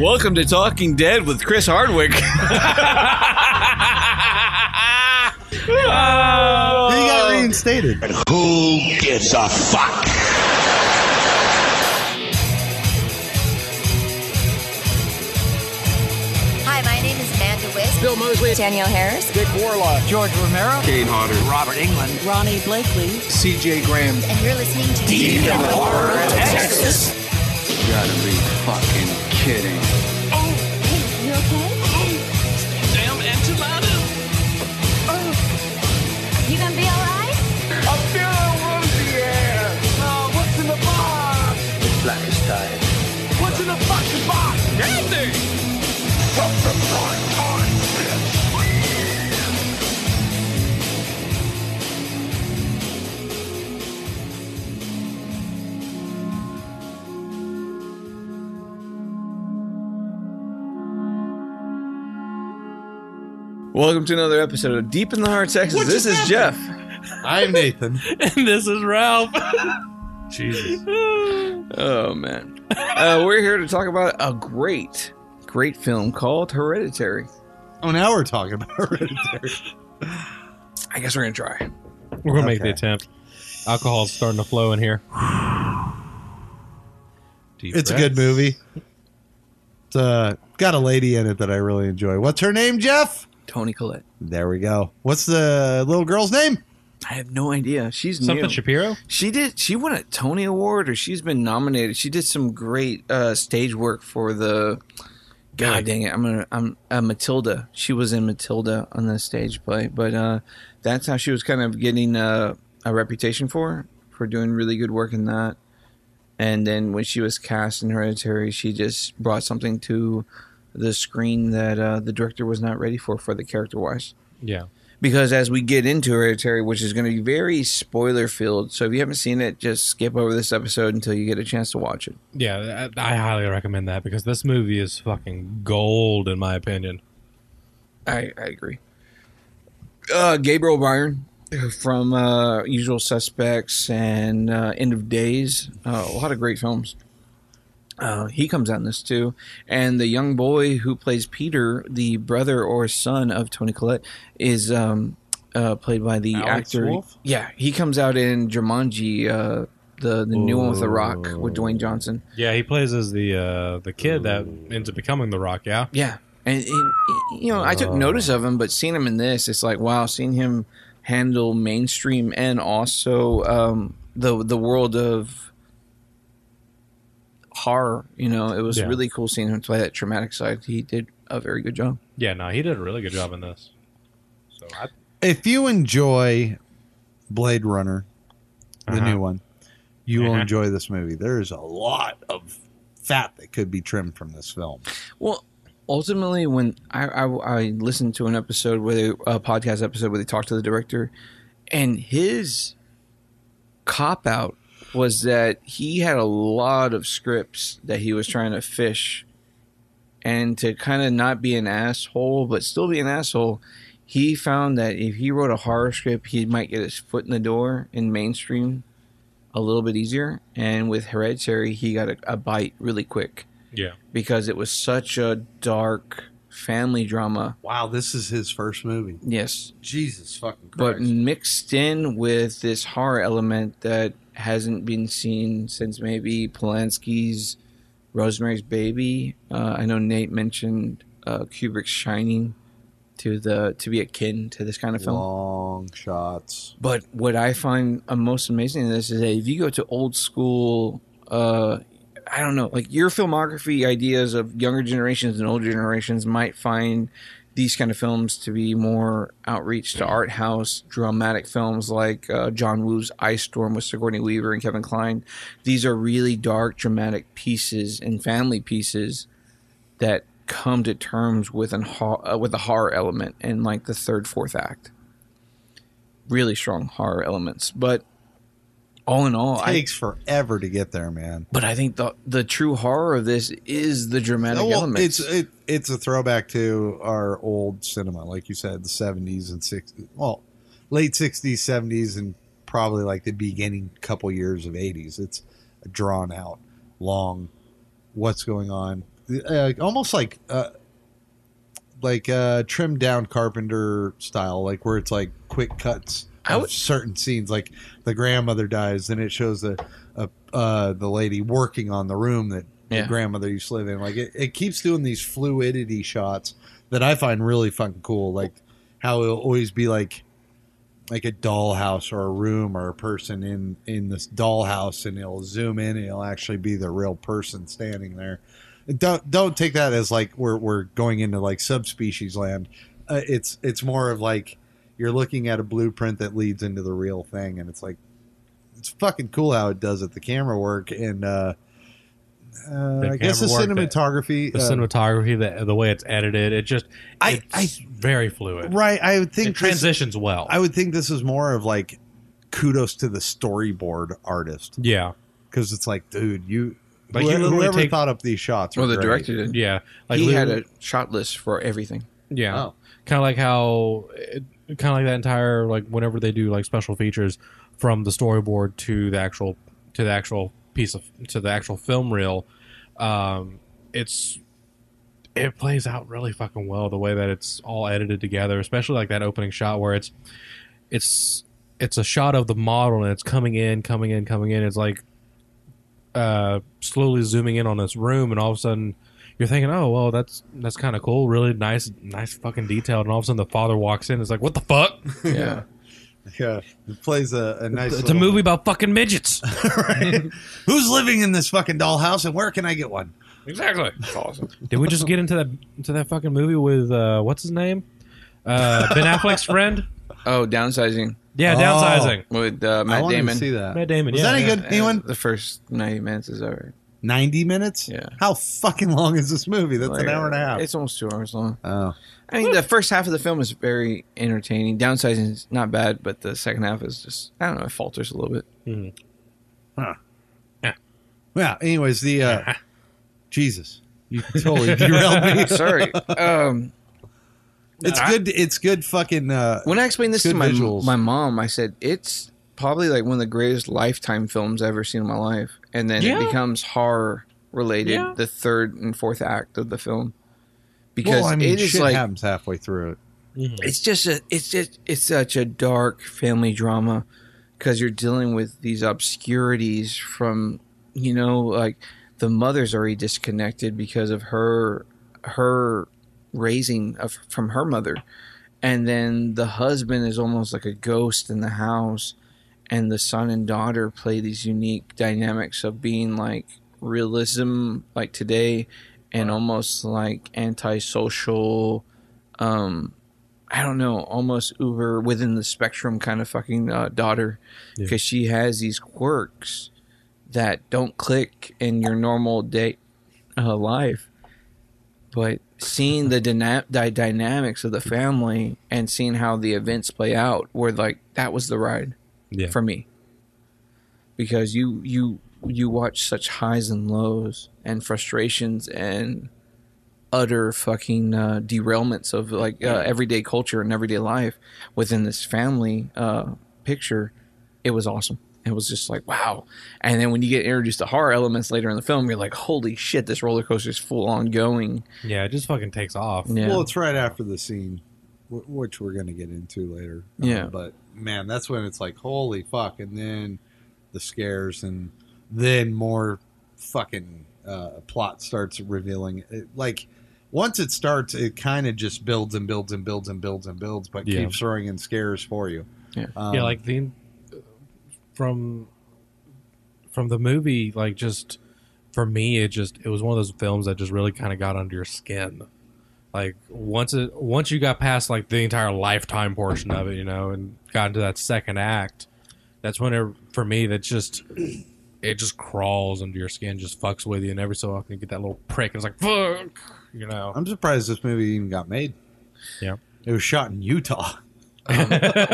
Welcome to Talking Dead with Chris Hardwick. He Oh. got reinstated. Who gives a fuck? Hi, my name is Amanda Wiss. Bill Mosley. Danielle Harris. CJ Graham. And you're listening to Deep gotta be fucking kidding. Oh, hey, you okay? Damn enchilada. Oh, You gonna be alright? Welcome to another episode of Deep in the Heart, Texas. this is Jeff. I'm Nathan. And this is Ralph. Jesus. Oh man, uh, we're here to talk about a great, great film called Hereditary. Oh, now we're talking about hereditary. I guess we're gonna try. We're gonna make the Okay. attempt. Alcohol's starting to flow in here. Deep It's a breath. good movie. It's uh, got a lady in it that I really enjoy. What's her name, Jeff? Tony Collette. There we go. What's the little girl's name? I have no idea. She's Something new. Shapiro? She did. She won a Tony Award, or she's been nominated. She did some great uh, stage work for the. God dang it! I'm gonna. I'm uh, Matilda. She was in Matilda on the stage play, but uh, that's how she was kind of getting uh, a reputation for her, for doing really good work in that. And then when she was cast in Hereditary, she just brought something to the screen that uh, the director was not ready for, for the character wise Yeah. because as we get into Hereditary, which is going to be very spoiler filled, so if you haven't seen it, just skip over this episode until you get a chance to watch it. Yeah, I, I highly recommend that because this movie is fucking gold in my opinion. I, I agree. Uh, Gabriel Byrne from uh, Usual Suspects and uh, End of Days, uh, a lot of great films. Uh, he comes out in this too, and the young boy who plays Peter, the brother or son of Tony Collette, is um, uh, played by the Alex actor. Wolff? Yeah, he comes out in Jumanji, uh, the the new one with The Rock with Dwayne Johnson. Yeah, he plays as the uh, the kid that ends up becoming the Rock. Yeah, Yeah, and and, you know, I took notice of him, but seeing him in this, it's like wow, seeing him handle mainstream and also um, the the world of horror. You know, it was Yeah. really cool seeing him play that traumatic side. He did a very good job. yeah. No, he did a really good job in this. So I, If you enjoy Blade Runner, the Uh-huh. new one, you will Uh-huh. enjoy this movie. There's a lot of fat that could be trimmed from this film. Well, ultimately, when I, I, I listened to an episode where they, a podcast episode where they talked to the director, and his cop out was that he had a lot of scripts that he was trying to fish, and to kind of not be an asshole but still be an asshole. He found that if he wrote a horror script, he might get his foot in the door in mainstream a little bit easier. And with Hereditary, he got a, a bite really quick yeah, because it was such a dark family drama. Wow, this is his first movie. Yes, Jesus fucking but mixed in with this horror element that hasn't been seen since maybe Polanski's Rosemary's Baby. Uh, I know Nate mentioned uh, Kubrick's Shining to the to be akin to this kind of film. Long shots. But what I find uh, most amazing in this is that if you go to old school, uh, I don't know, like your filmography ideas of younger generations and older generations might find these kind of films to be more outreach to art house dramatic films like uh, John Woo's Ice Storm with Sigourney Weaver and Kevin Kline. These are really dark, dramatic pieces and family pieces that come to terms with an hor- uh, with a horror element in like the third fourth act really strong horror elements but all in all I, takes forever to get there, man. but i think the the true horror of this is the dramatic Well, elements it's uh, it, it's a throwback to our old cinema, like you said, the seventies and sixties. Well, late sixties, seventies, and probably like the beginning couple years of eighties. It's a drawn out, long. What's going on? uh, almost like uh, like uh, trimmed down Carpenter style, like where it's like quick cuts I of would- certain scenes. Like the grandmother dies, then it shows the a, uh, the lady working on the room that Yeah. the grandmother used to live in. Like it, it keeps doing these fluidity shots that I find really fucking cool. Like how it'll always be like like a dollhouse or a room or a person in in this dollhouse and it'll zoom in and it'll actually be the real person standing there don't don't take that as like we're we're going into like subspecies land uh, it's it's more of like you're looking at a blueprint that leads into the real thing and it's like it's fucking cool how it does it the camera work and uh uh, The I guess the camera work, the- cinematography, The uh, cinematography, the, the way it's edited, it just I- it's very fluid. right? I would It think this- transitions well. I would think this is more of like kudos to the storyboard artist yeah, because it's like, dude, you Like, you whoever, literally whoever take- thought up these shots. Well, were the great. director did. yeah. he had Lou- a shot list for everything. Yeah. Oh. Kind of like how, kind of like that entire like whenever they do like special features from the storyboard to the actual to the actual piece of to the actual film reel, um, it's it plays out really fucking well the way that it's all edited together, especially like that opening shot where it's it's it's a shot of the model and it's coming in, coming in, coming in. It's like uh, slowly zooming in on this room, and all of a sudden you're thinking, "Oh, well, that's that's kind of cool, really nice, nice fucking detail." And all of a sudden the father walks in. It's like, "What the fuck?" Yeah. Yeah, he plays a, a nice. it's a little- movie about fucking midgets. Who's living in this fucking dollhouse, and where can I get one? exactly. Did we just get into that into that fucking movie with uh, what's his name? Uh, ben Affleck's friend. Oh, downsizing Yeah, Oh. downsizing. with uh, I Matt wanted Damon. to see that. Matt Damon. Was yeah, that any yeah. good? Anyone? The first ninety minutes is alright. Ninety minutes? Yeah. How fucking long is this movie? That's an Like, hour and a half. It's almost two hours long. oh, I mean, the first half of the film is very entertaining. Downsizing is not bad, but the second half is just I don't know. It falters a little bit. yeah. Anyways, the uh, Jesus, you totally derailed me. Sorry. Um, It's good. It's good. Fucking. Uh, when I explained this Good to my visuals. my mom, I said it's probably like one of the greatest lifetime films I've ever seen in my life. And then Yeah. it becomes horror related Yeah. the third and fourth act of the film because well, I mean, it is shit like happens halfway through it. it's just a it's just it's such a dark family drama because you're dealing with these obscurities from you know like the mother's already disconnected because of her her raising of from her mother and then the husband is almost like a ghost in the house and the son and daughter play these unique dynamics of being like realism like today and almost like antisocial um i don't know almost uber within the spectrum kind of fucking uh, daughter Yeah. because she has these quirks that don't click in your normal day uh, life but seeing the, dyna- the dynamics of the family and seeing how the events play out were like that was the ride Yeah. for me because you you you watch such highs and lows and frustrations and utter fucking uh, derailments of like uh, everyday culture and everyday life within this family uh, picture it was awesome it was just like wow and then when you get introduced to horror elements later in the film you're like holy shit this roller coaster is full on going Yeah, it just fucking takes off. yeah Well, it's right after the scene, wh- which we're going to get into later. Uh, Yeah. but man, that's when it's like, holy fuck. And then the scares, and then more fucking uh, plot starts revealing. It, like, once it starts, it kind of just builds and builds and builds and builds and builds, but Yeah. keeps throwing in scares for you. Yeah. Um, yeah, like the from from the movie, like just for me, it just it was one of those films that just really kind of got under your skin. Like once it once you got past like the entire lifetime portion of it, you know, and got into that second act, that's when it for me that just it just crawls under your skin, just fucks with you, and every so often you get that little prick. And it's like fuck, you know. I'm surprised this movie even got made. Yeah. It was shot in Utah. um,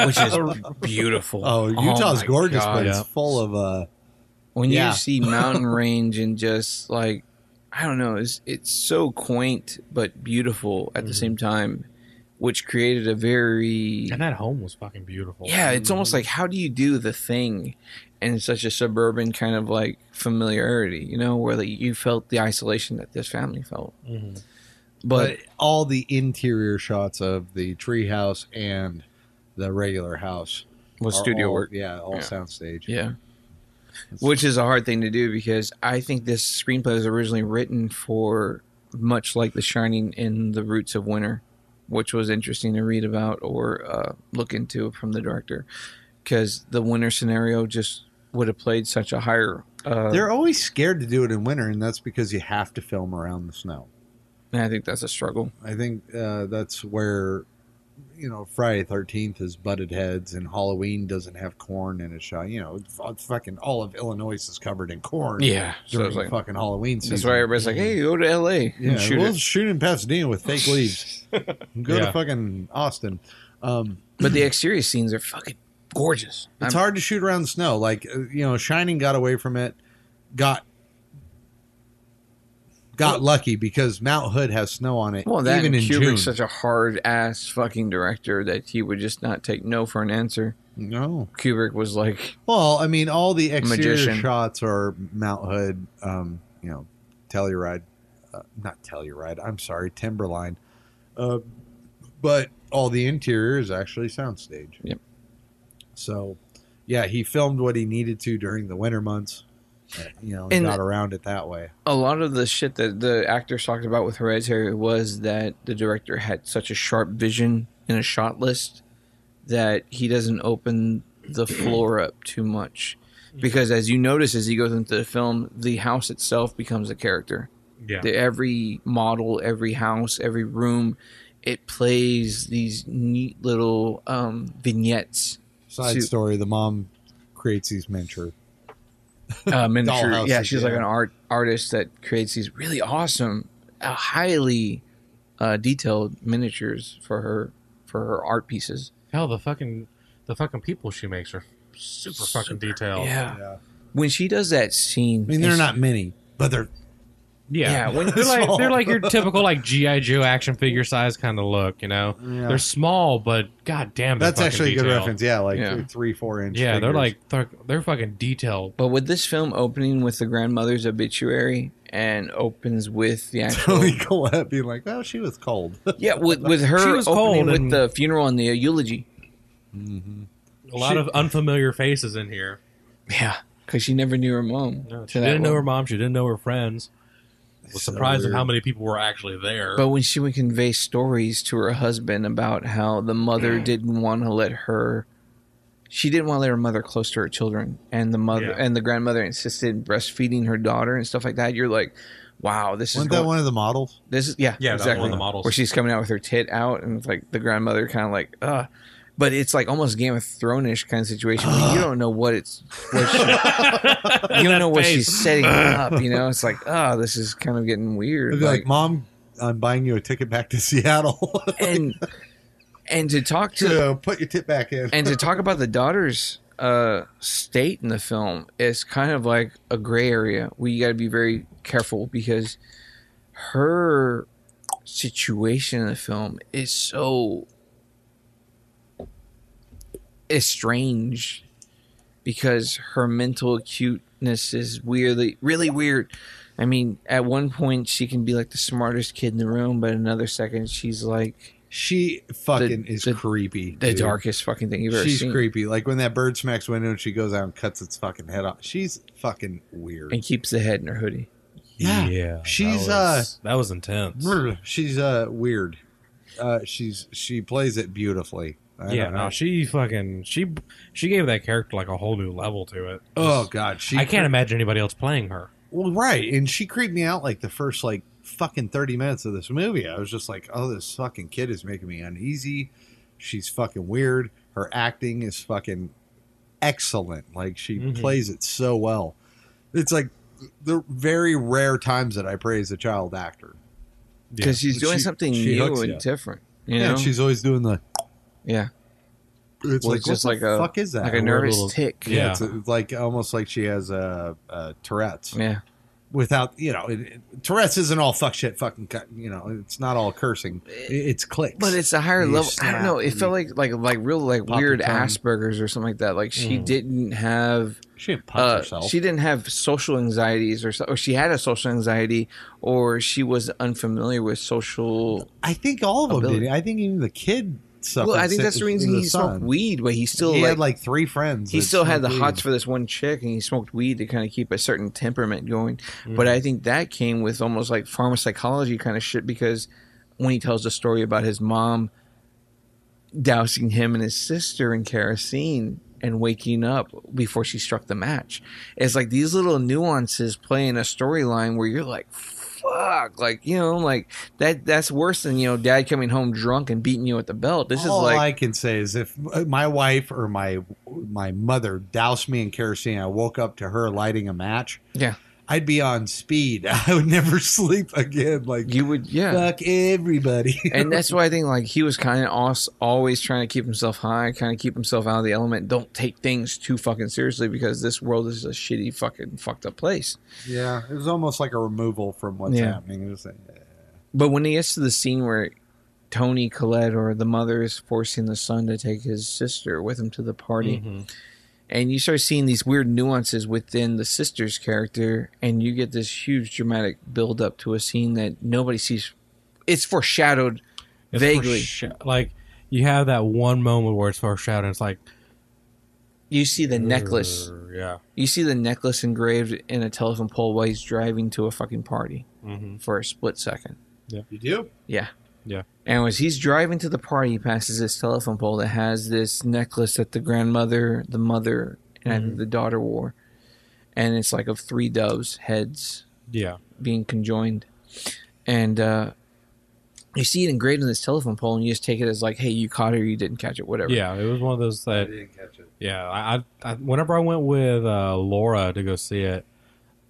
which is beautiful Oh, Utah's my gorgeous, God. but Yeah. it's full of uh, when Yeah. you see mountain range and just like Mm-hmm. I don't know, it's it's so quaint but beautiful at the same time which created a very And that home was fucking beautiful. yeah it's almost like how do you do the thing in such a suburban kind of like familiarity you know where like, you felt the isolation that this family felt Mm-hmm. but but all the interior shots of the treehouse and the regular house with are studio all- work Yeah, all Yeah. soundstage. yeah which is a hard thing to do because i think this screenplay was originally written for much like the shining in the roots of winter which was interesting to read about or uh, look into from the director because the winter scenario just would have played such a higher uh, They're always scared to do it in winter, and that's because you have to film around the snow. and i think that's a struggle I think uh, that's where you know Friday Thirteenth is butted heads, and Halloween doesn't have corn in its shot. You know, f- fucking all of Illinois is covered in corn. Yeah, so during it's like- fucking Halloween season. That's why everybody's like, "Hey, go to L.A. Yeah, and shoot we'll it." shoot in Pasadena with fake leaves. Go Yeah. to fucking Austin. Um, But the exterior scenes are fucking gorgeous. it's I'm- hard to shoot around the snow. Like uh, you know, Shining got away from it. Got got lucky because Mount Hood has snow on it. Well, that even in and June. Kubrick's such a hard ass fucking director that he would just not take no for an answer. no. Kubrick was like, Well, I mean, all the exterior Magician. shots are Mount Hood, um, you know, Telluride, uh, not Telluride. I'm sorry, Timberline. Uh, but all the interior is actually soundstage. Yep. So, yeah, he filmed what he needed to during the winter months. uh, You know, and, And- got around it that way. a lot of the shit that the actors talked about with Hereditary was that the director had such a sharp vision in a shot list that he doesn't open the floor up too much. Because as you notice, as he goes into the film, the house itself becomes a character. Yeah. the, every model, every house, every room, it plays these neat little um, vignettes, Side Shoot. story: the mom creates these miniature. uh, miniature. Dollhouses, Yeah, she's like yeah. an art artist that creates these really awesome, uh, highly uh, detailed miniatures for her for her art pieces. Hell, the fucking the fucking people she makes are super, fucking detailed. Yeah. Yeah. when she does that scene, I mean, they're it's- not many, but they're Yeah, Yeah, when- they're like small. they're like your typical like GI Joe action figure size kind of look. You know, Yeah. they're small, but god damn, they're that's fucking actually a good detailed. reference. Yeah, like Yeah. three, four inch. Yeah, they're figures. like they're, they're fucking detailed. But with this film opening with the grandmother's obituary and opens with the actual Tony Collette being like, "Oh, she was cold." yeah with, with her She was opening cold with and- the funeral and the eulogy. Mm-hmm. A lot of unfamiliar faces in here. Yeah, because she never knew her mom. She to that didn't know her level. mom. She didn't know her friends. I was So surprised at weird. how many people were actually there. But when she would convey stories to her husband about how the mother Mm. didn't want to let her, she didn't want to let her mother close to her children, and the mother Yeah. and the grandmother insisted breastfeeding her daughter and stuff like that. You're like, wow, this is Wasn't going- that one of the models? This is yeah, Yeah, that was exactly. one of the models. Where she's coming out with her tit out, and it's like the grandmother kind of like, uh but it's like almost Game of Thrones-ish kind of situation. where you don't know what it's, what she, you don't know what face. she's setting up. You know, it's like, oh, this is kind of getting weird. It'd be like, "Mom, I'm buying you a ticket back to Seattle. and and to talk to so put your tip back in." and to talk about the daughter's uh, state in the film is kind of like a gray area where you got to be very careful because her situation in the film is so is strange because her mental acuteness is weirdly really weird. I mean, at one point she can be like the smartest kid in the room, but another second she's like she fucking The- is the- creepy. the dude. darkest fucking thing you've ever She's seen. creepy. Like when that bird smacks window and she goes out and cuts its fucking head off. She's fucking weird. and keeps the head in her hoodie. Yeah. She's, uh, that was, that was intense. Brr, She's uh weird. Uh, she's she plays it beautifully. I yeah, don't know. no, she fucking she she gave that character like a whole new level to it. oh god, she I can't imagine anybody else playing her. Well, right, and she creeped me out like the first like fucking thirty minutes of this movie. I was just like, "Oh, this fucking kid is making me uneasy. She's fucking weird. Her acting is fucking excellent. Like she Mhm. plays it so well. It's like the very rare times that I praise a child actor. because she's doing She- something she new hooks and ya. different. You Yeah, know? and she's always doing the. yeah, It's Well, like it's just what the like a- fuck is that? like a weird nervous little- tick. yeah, Yeah. it's uh, like almost like she has a uh, uh, Tourette's. yeah. without you know, it, it- Tourette's isn't all fuck shit fucking cut. You know, it's not all cursing. It- it's clicks. But it's a higher You level. I don't know. It snap felt like like like real like pop weird your tongue. Asperger's or something like that. Like she didn't have she didn't punch uh, herself. she didn't have social anxieties or so, or she had a social anxiety or she was unfamiliar with social. I think all of them Ability. did. I think even the kid. Suffered Well, I think sick- that's the reason he son. smoked weed, but he still he like, had like three friends. he that still had the smoked hots weed. for this one chick, and he smoked weed to kind of keep a certain temperament going. But I think that came with almost like pharmacology kind of shit because when he tells the story about his mom dousing him and his sister in kerosene and waking up before she struck the match, it's like these little nuances play in a storyline where you're like. Fuck, like you know, like that—that's worse than you know, dad coming home drunk and beating you at the belt. This All is like, I can say is if my wife or my my mother doused me in kerosene, I woke up to her lighting a match. yeah, I'd be on speed. I would never sleep again. Like you would, yeah, fuck everybody. and that's why I think like he was kind of always trying to keep himself high, kind of keep himself out of the element. Don't take things too fucking seriously because this world is a shitty fucking fucked up place. yeah, it was almost like a removal from what's Yeah. happening. It was like, But when he gets to the scene where Tony Collette or the mother is forcing the son to take his sister with him to the party, Mm-hmm. and you start seeing these weird nuances within the sister's character, and you get this huge dramatic build up to a scene that nobody sees. It's foreshadowed It's vaguely. foresha- like you have that one moment where it's foreshadowed. And it's like you see the necklace. "Urgh," Yeah, You see the necklace engraved in a telephone pole while he's driving to a fucking party Mm-hmm. for a split second. you do? Yeah. Yeah. And as he's driving to the party, he passes this telephone pole that has this necklace that the grandmother, the mother, and I Mm-hmm. think the daughter wore. And it's like of three doves' heads yeah. being conjoined. And uh, you see it engraved in this telephone pole, and you just take it as like, hey, you caught it or you didn't catch it, whatever. Yeah, it was one of those that. I didn't catch it. Yeah, I, I, I whenever I went with uh, Laura to go see it,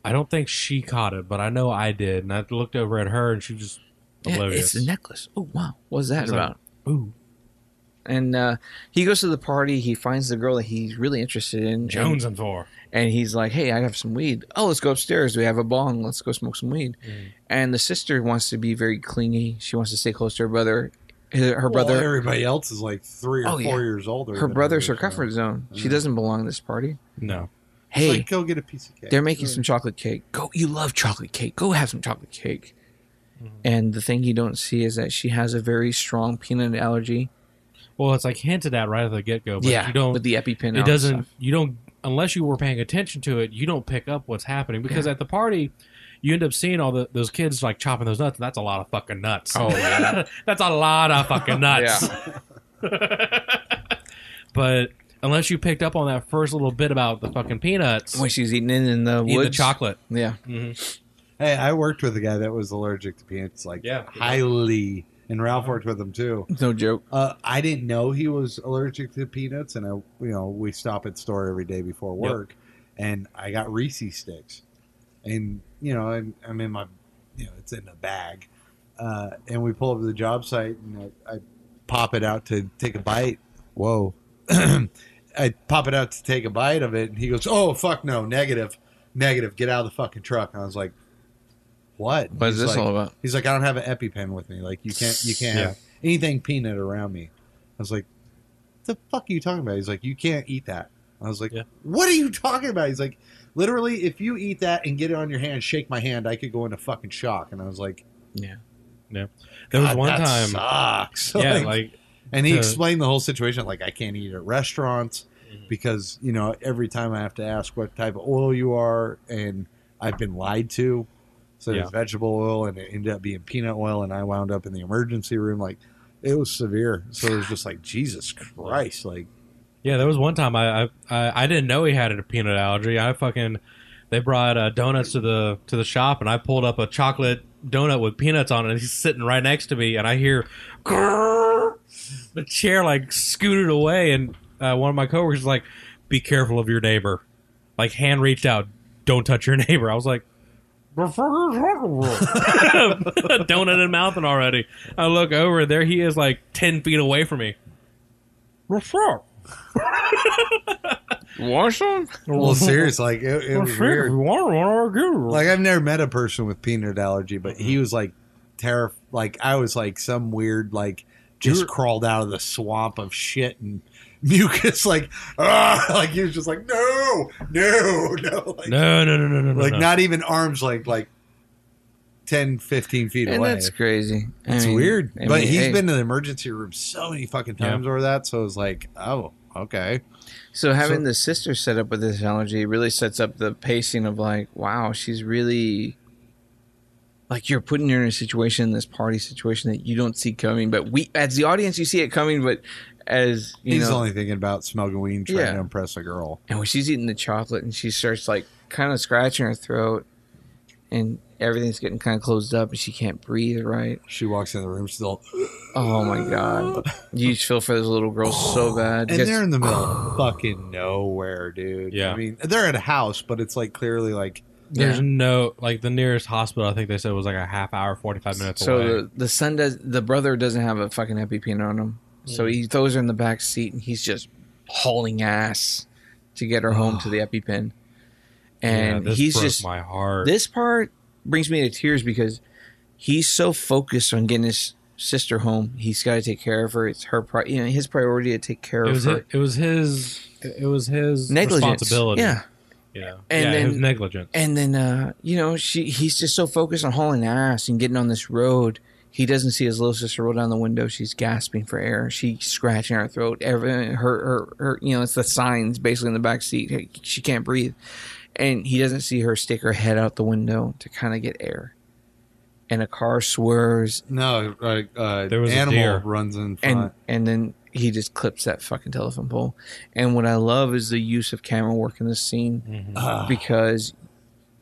I don't think she caught it, but I know I did, and I looked over at her, and she was just Yeah, oblivious. it's the necklace. Oh, wow. What's that like, about? Ooh, and uh, he goes to the party. He finds the girl that he's really interested in, Jones and four. and, and he's like, "Hey, I have some weed. Oh, let's go upstairs. We have a bong. Let's go smoke some weed." Mm. And the sister wants to be very clingy. She wants to stay close to her brother. Her, her Brother, brother, everybody else is like three Oh, or four yeah. years older. her than brother's so- her comfort zone. Mm. She doesn't belong to this party. No, Hey, Like, go get a piece of cake. they're making mm. some chocolate cake. Go, you love chocolate cake. Go have some chocolate cake. Mm. And the thing you don't see is that she has a very strong peanut allergy. well, it's like hinted at right at the get go, but yeah, you don't. with the EpiPen. and all it that doesn't. stuff. You don't unless you were paying attention to it. You don't pick up what's happening because at the party. You end up seeing all the, those kids like chopping those nuts. and That's a lot of fucking nuts. Oh yeah, that's a lot of fucking nuts. Yeah. But unless you picked up on that first little bit about the fucking peanuts, When she's eating it in the eat the woods. chocolate. Yeah. Hey, I worked with a guy that was allergic to peanuts, like Yeah. highly. And Ralph worked with him too. No joke. Uh, I didn't know he was allergic to peanuts, and I, you know, we stop at the store every day before work, and I got Reese's sticks, and you know, I'm, I'm in my, you know, it's in a bag, uh, and we pull up to the job site, and I, I pop it out to take a bite. Whoa, I pop it out to take a bite of it, and he goes, "Oh fuck no, negative, negative, get out of the fucking truck." And I was like, "What? What is He's this like- all about? He's like, I don't have an EpiPen with me. Like, you can't, you can't Yeah. have anything peanut around me. I was like, the fuck are you talking about? He's like, you can't eat that. I was like, Yeah. what are you talking about? He's like, literally, if you eat that and get it on your hand, shake my hand, I could go into fucking shock. And I was like, Yeah. There was God, one that time, sucks. yeah, like and he to- explained the whole situation. Like, I can't eat at restaurants Mm-hmm. because you know every time I have to ask what type of oil you are, and I've been lied to. So Yeah. it's vegetable oil, and it ended up being peanut oil, and I wound up in the emergency room. Like, it was severe. So it was just like Jesus Christ. Like, yeah, there was one time I I, I I didn't know he had a peanut allergy. I fucking they brought uh, donuts to the to the shop, and I pulled up a chocolate donut with peanuts on it. and He's sitting right next to me, and I hear "Grrr." the chair like scooted away, and uh, one of my coworkers was like, "Be careful of your neighbor." Like hand reached out, "Don't touch your neighbor." I was like. "The fuck is wrong with you?" donut in mouth and already. I look over there. He is like ten feet away from me. "The fuck?" Wash them? Well, seriously, like it, it was weird. Like Like, I've never met a person with peanut allergy, but Mm-hmm. he was like terrified. Like I was like some weird like just crawled out of the swamp of shit and mucus. Like ah, like he was just like no, no, no, like, no, no, no, no, no, no, like no. not even arms like like 10, 15 feet And away. that's crazy. I it's mean, weird, I but mean, he's hey, been to the emergency room so many fucking Yeah. times over that. So it was like, oh, okay. So having the sister set up with this allergy really sets up the pacing of like, wow, she's really like you're putting her in a situation, this party situation that you don't see coming, but we as the audience you see it coming, but as you He's know, only thinking about smuggling weed, trying Yeah. to impress a girl. and when she's eating the chocolate and she starts like kind of scratching her throat, and everything's getting kind of closed up and she can't breathe right. She walks in the room still. Oh my god, you just feel for this little girl so bad. And Because- they're in the middle of fucking nowhere, dude. Yeah. I mean, they're at a house, but it's like clearly like There's Yeah. no like the nearest hospital. I think they said was like a half hour, forty five minutes So away. the, the son does. The brother doesn't have a fucking E epipen on him, so Mm. he throws her in the back seat, and he's just hauling ass to get her home to the E epipen. And Yeah, this he's broke just my heart. this part brings me to tears because he's so focused on getting his sister home. He's got to take care of her. It's her, pri- you know, his priority to take care it of was her. his, it was his it was his Negligence. responsibility. Yeah. yeah, And yeah. then- it was negligent. And then uh, you know, she he's just so focused on hauling ass and getting on this road. He doesn't see his little sister roll down the window. She's gasping for air. She's scratching her throat. Every, her, her, her, you know, it's the signs basically in the back seat. Hey, She can't breathe. And he doesn't see her stick her head out the window to kind of get air. And a car swerves. no, like uh, There was a animal deer. runs in And, front. and then he just clips that fucking telephone pole. And what I love is the use of camera work in this scene Ah. because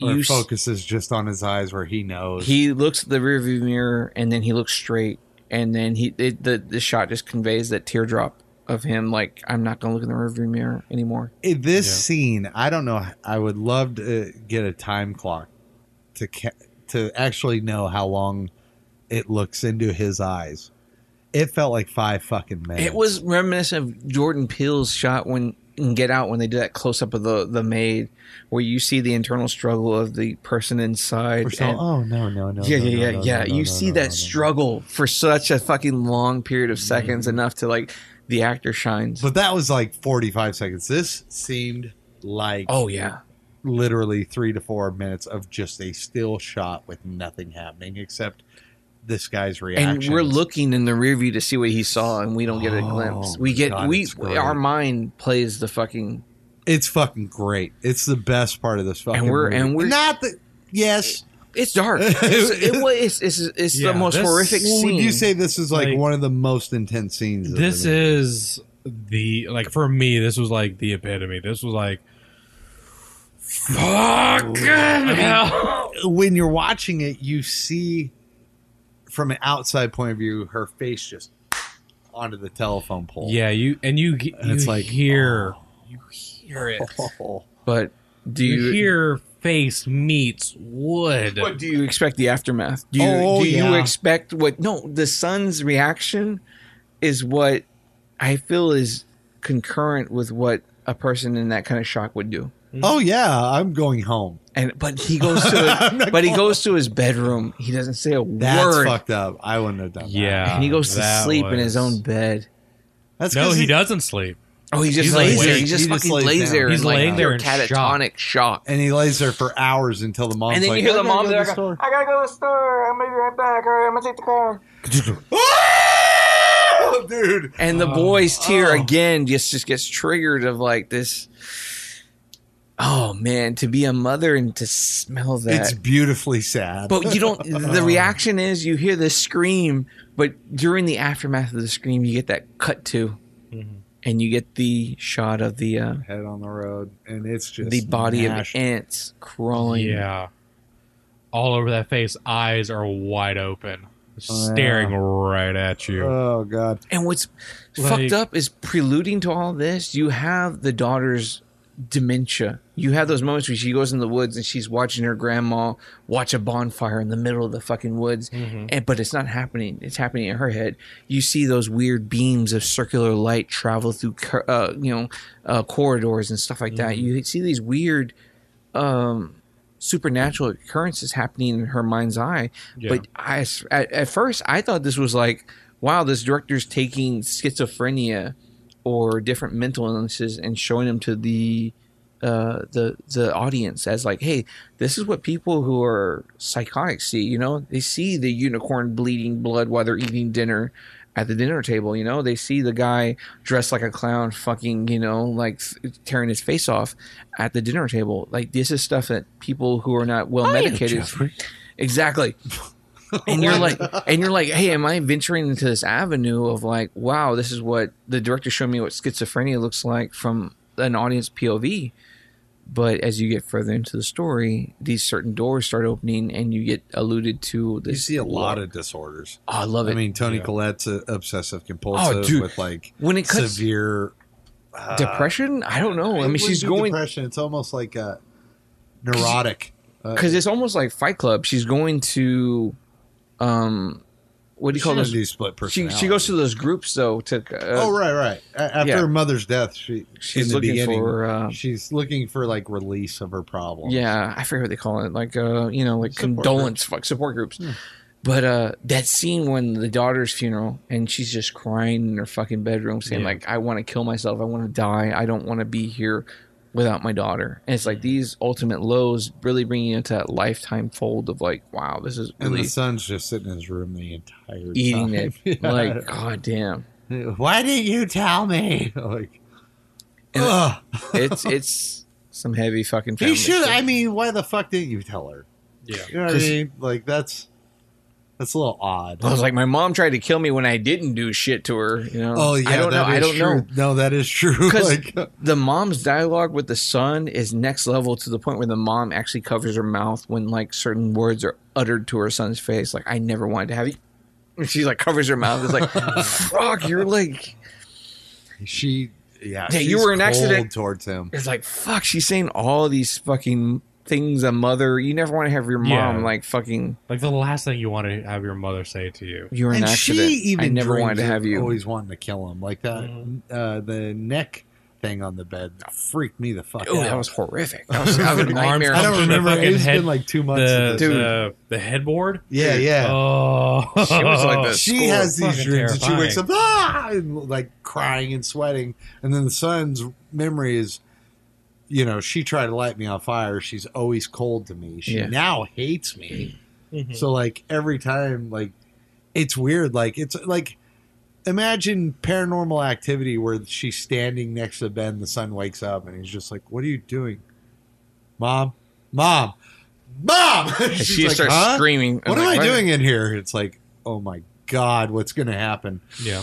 or you s- focuses just on his eyes where he knows. he looks at the rearview mirror and then he looks straight and then he it, the the shot just conveys that teardrop of him like I'm not gonna look in the rearview mirror anymore. In this Yeah. scene, I don't know. I would love to get a time clock to ca- to actually know how long it looks into his eyes. It felt like five fucking minutes. It was reminiscent of Jordan Peele's shot when in Get Out when they do that close up of the the maid where you see the internal struggle of the person inside. We're still- and- oh no no no! yeah, no, yeah, no, yeah, no, yeah. no, no, you no, see no, that no, no. struggle for such a fucking long period of seconds, enough to like the actor shines. Mm-hmm. But that was like forty-five seconds. This seemed like oh yeah, literally three to four minutes of just a still shot with nothing happening except this guy's reaction. and we're looking in the rear view to see what he saw and we don't get a glimpse Oh we my get God, we it's great. our mind plays the fucking It's fucking great. It's the best part of this fucking. we're- movie. and we're- not the yes. it's dark it's, it, was it's, it's, it's Yeah, the most this- horrific Well, scene would you say this is like, Like- one of the most intense scenes? this of the movie? is the like for me this was like the epitome this was like fuck hell. when you're watching it, you see from an outside point of view her face just onto the telephone pole. yeah you and you, g- And you it's it's like, like hear oh. you hear it Oh. but do you, you, hear face meets wood what do you expect the aftermath do you Oh, do you yeah. expect what no the son's reaction is what i feel is concurrent with what a person in that kind of shock would do Oh yeah, I'm going home. and but he goes to but he goes to his bedroom he doesn't say a That's word fucked up. I wouldn't have done that. yeah and he goes to Oh, that sleep in his was- own bed. That's no 'cause he doesn't sleep Oh, he just He's lays awake. there. He just He just fucking lays lays down. there. He's in, like, laying there in catatonic shock. And he lays there for hours until the mom's And then like, you hear "I the gotta mom go there. to the store." I gotta go to the store. I'm gonna be right back. All right, I'm gonna take the car. "Oh, Ah! Dude, And the boy's Oh. tear again just just gets triggered of like this. Oh man, to be a mother and to smell that. it's beautifully sad. but you don't. The reaction is you hear this scream, but during the aftermath of the scream, you get that cut to, Mm-hmm. and you get the shot of the uh, head on the road, and it's just the body mashed. of ants crawling. yeah all over that face eyes are wide open staring right at you Oh god, And what's Like- fucked up is preluding to all this, you have the daughter's dementia. You have those moments where she goes in the woods and she's watching her grandma watch a bonfire in the middle of the fucking woods, and, but it's not happening. It's happening in her head. You see those weird beams of circular light travel through, cor- uh, you know, uh, corridors and stuff like that. You see these weird um, supernatural occurrences happening in her mind's eye. Yeah. But I, at, at first, I thought this was like, wow, this director's taking schizophrenia or different mental illnesses and showing them to the uh, the the audience as like, hey, this is what people who are psychotic see. You know, they see the unicorn bleeding blood while they're eating dinner at the dinner table. You know, they see the guy dressed like a clown, fucking, you know, like th- tearing his face off at the dinner table. Like this is stuff that people who are not well medicated, exactly. And you're like, and you're like, hey, am I venturing into this avenue of like, wow, this is what the director showed me what schizophrenia looks like from an audience POV. But as you get further into the story, these certain doors start opening, and you get alluded to. This You see a lot of disorders. Oh, I love it. I mean, Tony Yeah. Collette's uh, obsessive compulsive Oh, dude. with like When it cuts- severe. uh, depression? I don't know. I mean, she's going depression. It's almost like a neurotic. because it's almost like Fight Club. She's going to, um, what do you She call doesn't those? do split She personality. she goes to those groups though. To uh, oh right, right. A- After yeah. her mother's death, she She's in the looking beginning, for, uh, she's looking for like release of her problem. yeah, I forget what they call it. Like uh, you know, like Support Hmm. condolence, fuck support groups. But uh, that scene when the daughter's funeral and she's just crying in her fucking bedroom, saying Yeah. like, "I want to kill myself. I want to die. I don't want to be here without my daughter." And it's like these ultimate lows really bring you into that lifetime fold of like, "Wow, this is And really the son's just sitting in his room the entire eating time. it." Like, god damn. why didn't you tell me? Like, And- ugh, it's it's some heavy fucking. he family should. shit. I mean, why the fuck didn't you tell her? Yeah. You know what I 'Cause- Oh, mean? Like that's that's a little odd. I was like, my mom tried to kill me when I didn't do shit to her. You know? I don't know. Oh, that I is don't know. true. No, that is true. 'Cause- Like, The mom's dialogue with the son is next level to the point where the mom actually covers her mouth when like certain words are uttered to her son's face. Like, I never wanted to have you. And she like covers her mouth. It's like, fuck, you're like, she, yeah, Yeah, you she's were an accident. cold towards him. it's like, fuck. She's saying all these fucking things. A mother, you never want to have your mom Yeah. like fucking. Like the last thing you want to have your mother say to you. You're an and accident. she even I never dreams wanted to of have you. Always wanting to kill him, like that. Uh, the neck thing on the bed freaked me the fuck Oh, out. that was horrific. That was, that was a Arms nightmare. I up don't to the remember. fucking It's head- been like two months. The, at this point. the, the headboard. yeah, yeah. Oh, She was like this. she School has is these fucking dreams that she terrifying. wakes up ah, and like crying and sweating, and then the son's memory is, you know, she tried to light me on fire. She's always cold to me. She Yeah. now hates me. Mm-hmm. So like every time, like it's weird. Like it's like imagine paranormal activity where she's standing next to the bed, and the son wakes up, and he's just like, "What are you doing, mom? Mom, mom!" And She's she like, starts "Huh?" screaming. what I'm am like, I doing in here? It's like, oh my god, what's gonna happen? Yeah.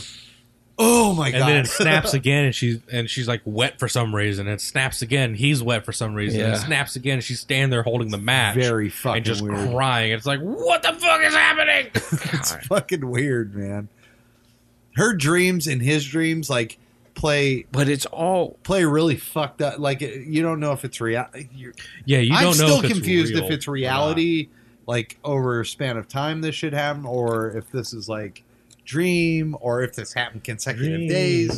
Oh my and god! then it snaps again and she's and she's like wet for some reason it snaps again he's wet for some reason and it Yeah. snaps again and she's standing there holding the match Very fucking and just weird. crying it's like what the fuck is happening it's fucking weird, man. Her dreams and his dreams like play But it's all play really fucked up. Like you don't know if it's real. You yeah you don't I'm know still if it's confused real if it's or not. reality, like over a span of time this should happen, or if this is like dream, or if this happened consecutive days.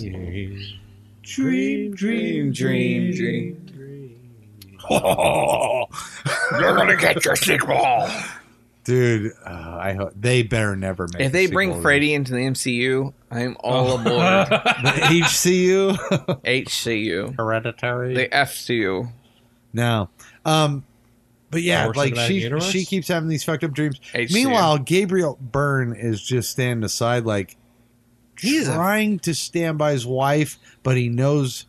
Dream, dream, dream, dream. You're gonna get your sequel, dude. Uh, I hope they better never make. If they a sequel bring to Freddy into the MCU, I'm all aboard. this. the HCU HCU, Hereditary. the FCU. no, um, but yeah, Power like Cinematic she Universe? she keeps having these fucked up dreams. HCU. Meanwhile, Gabriel Byrne is just standing aside, like he's trying to stand by his wife, but he knows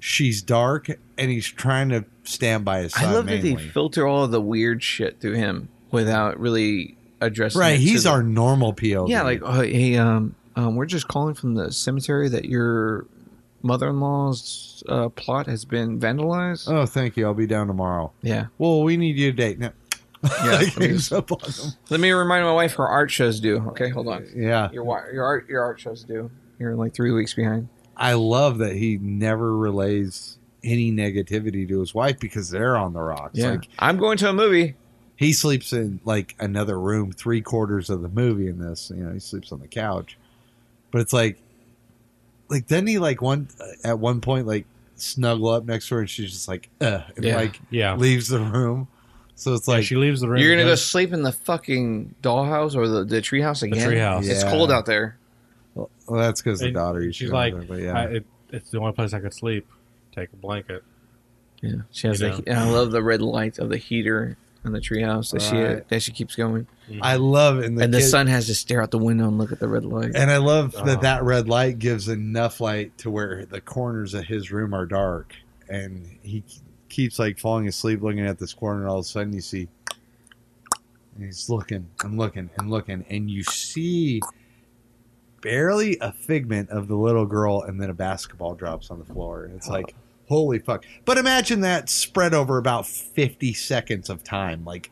she's dark, and he's trying to stand by his side. I love that mainly. they filter all the weird shit through him without really addressing. Right, it to he's the- our normal POV. yeah. Like oh, hey, um, um, we're just calling from the cemetery that your mother-in-law's uh, plot has been vandalized. oh, thank you. I'll be down tomorrow. yeah, Well, we need you to date now. yeah. Like, hangs up on him. Let me remind my wife her art shows due. Okay, hold on. Yeah, Your wi- your art your art shows due. You're like three weeks behind. I love that he never relays any negativity to his wife because they're on the rocks. Yeah. Like I'm going to a movie. he sleeps in like another room three quarters of the movie in this. You know, he sleeps on the couch, but it's like, like then he like one at one point like snuggle up next to her and she's just like, uh, and Yeah. like Yeah. leaves the room. So it's Yeah, like she leaves the room. You're gonna go does- sleep in the fucking dollhouse or the the treehouse again. treehouse. It's Yeah. cold out there. well, that's because the and daughter. used to She's go like, there, but yeah, I, it, it's the only place I could sleep. Take a blanket. Yeah, she has You the. know. And I love the red light of the heater in the treehouse that she Right. that she keeps going, I love it. And the, and the kid- sun has to stare out the window and look at the red light. And I love Oh. that that red light gives enough light to where the corners of his room are dark, and he keeps like falling asleep looking at this corner. And all of a sudden, you see and he's looking and looking and looking, and you see barely a figment of the little girl, and then a basketball drops on the floor. It's like holy fuck! But imagine that spread over about fifty seconds of time, like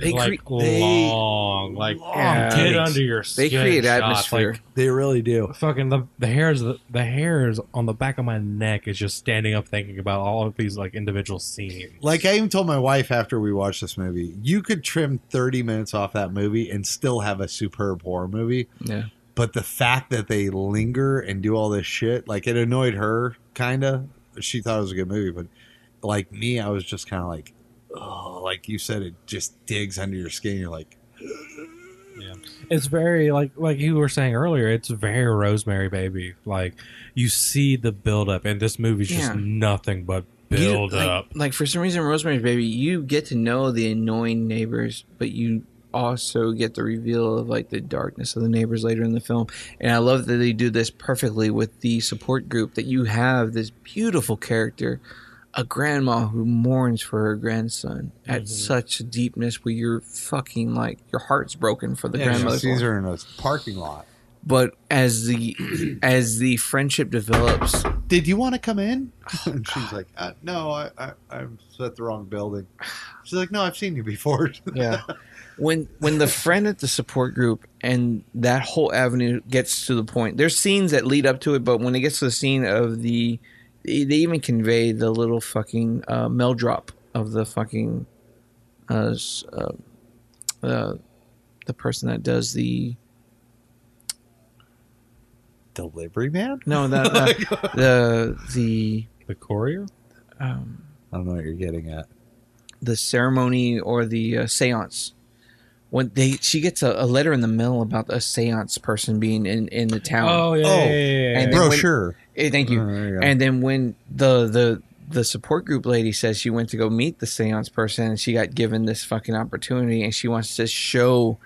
They like cre- they- long, like long get takes. under your they skin. create shot, atmosphere. Like, they really do. fucking the, the hairs the, hairs on the back of my neck is just standing up thinking about all of these like individual scenes. Like I even told my wife after we watched this movie, you could trim 30 minutes off that movie and still have a superb horror movie. yeah, But the fact that they linger and do all this shit, like it annoyed her, kind of. She thought it was a good movie, but like me, I was just kind of like, oh, like you said, it just digs under your skin. You're like, it's very like like you were saying earlier it's very rosemary baby like you see the build up and this movie's Yeah. just nothing but You- build like- up Like for some reason, Rosemary's Baby, you get to know the annoying neighbors, but you also get the reveal of like the darkness of the neighbors later in the film. And I love that they do this perfectly with the support group that you have this beautiful character, a grandma who mourns for her grandson Mm-hmm. at such a deepness where you're fucking like your heart's broken for the yeah, grandmother. she sees her in a parking lot. But as the as the friendship develops, Did you want to come in? Oh, and she's like, uh, no, I, I, I'm at the wrong building. She's like, no, I've seen you before. yeah when when the friend at the support group and that whole avenue gets to the point there's scenes that lead up to it but when it gets to the scene of the they they even convey the little fucking uh, mel drop of the fucking uh, s- uh, uh the person that does the Delivery man? no that uh, the the the courier um I don't know what you're getting at. the ceremony or the uh, séance. When they she gets a, a letter in the mail about a séance person being in in the town. oh yeah, Oh, yeah, yeah, yeah, and yeah. then- Brochure. Eh, thank you. Oh, there you go. and then when the the the support group lady says she went to go meet the séance person and she got given this fucking opportunity and she wants to show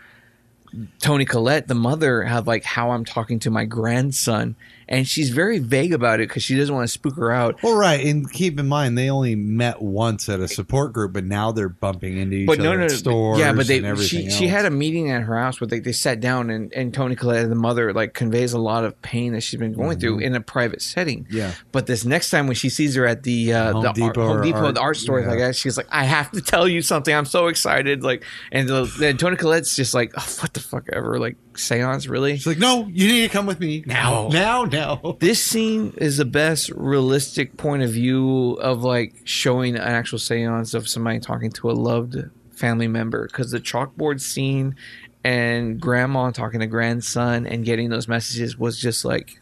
Tony Collette, the mother, how like how I'm talking to my grandson, and she's very vague about it because she doesn't want to spook her out. Well, right, and keep in mind they only met once at a support group, but now they're bumping into each other at stores. yeah, but and they everything she she else. had a meeting at her house where they, they sat down and and Tony Collette, the mother, like conveys a lot of pain that she's been going through Mm-hmm. in a private setting. Yeah. But this next time when she sees her at the uh, Home the Depot art, Home or Depot, art- the art store, yeah. like that, she's like, I have to tell you something. I'm so excited. Like, and the, then Tony Collette's just like, oh, what the fuck ever? Like, seance, really? She's like, "No, you need to come with me now, now, now." This scene is the best realistic point of view of like showing an actual seance of somebody talking to a loved family member because the chalkboard scene and grandma talking to grandson and getting those messages was just like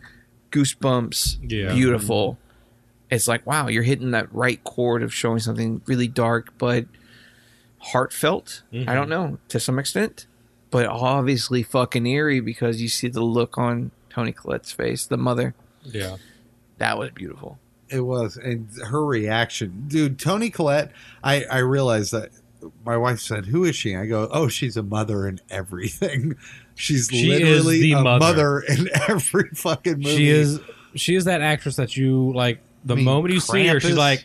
goosebumps, Yeah. beautiful. It's like, wow, you're hitting that right chord of showing something really dark but heartfelt. I don't know, to some extent but obviously fucking eerie because you see the look on Tony Collette's face, the mother. yeah. That was beautiful. It was, and her reaction, dude. Tony Collette, I I realized that my wife said, "Who is she?" I go, "Oh, she's a mother in everything. She's She is literally the a mother. mother. in every fucking movie. she is she is that actress that you like the I mean, moment you see her Krampus. she's like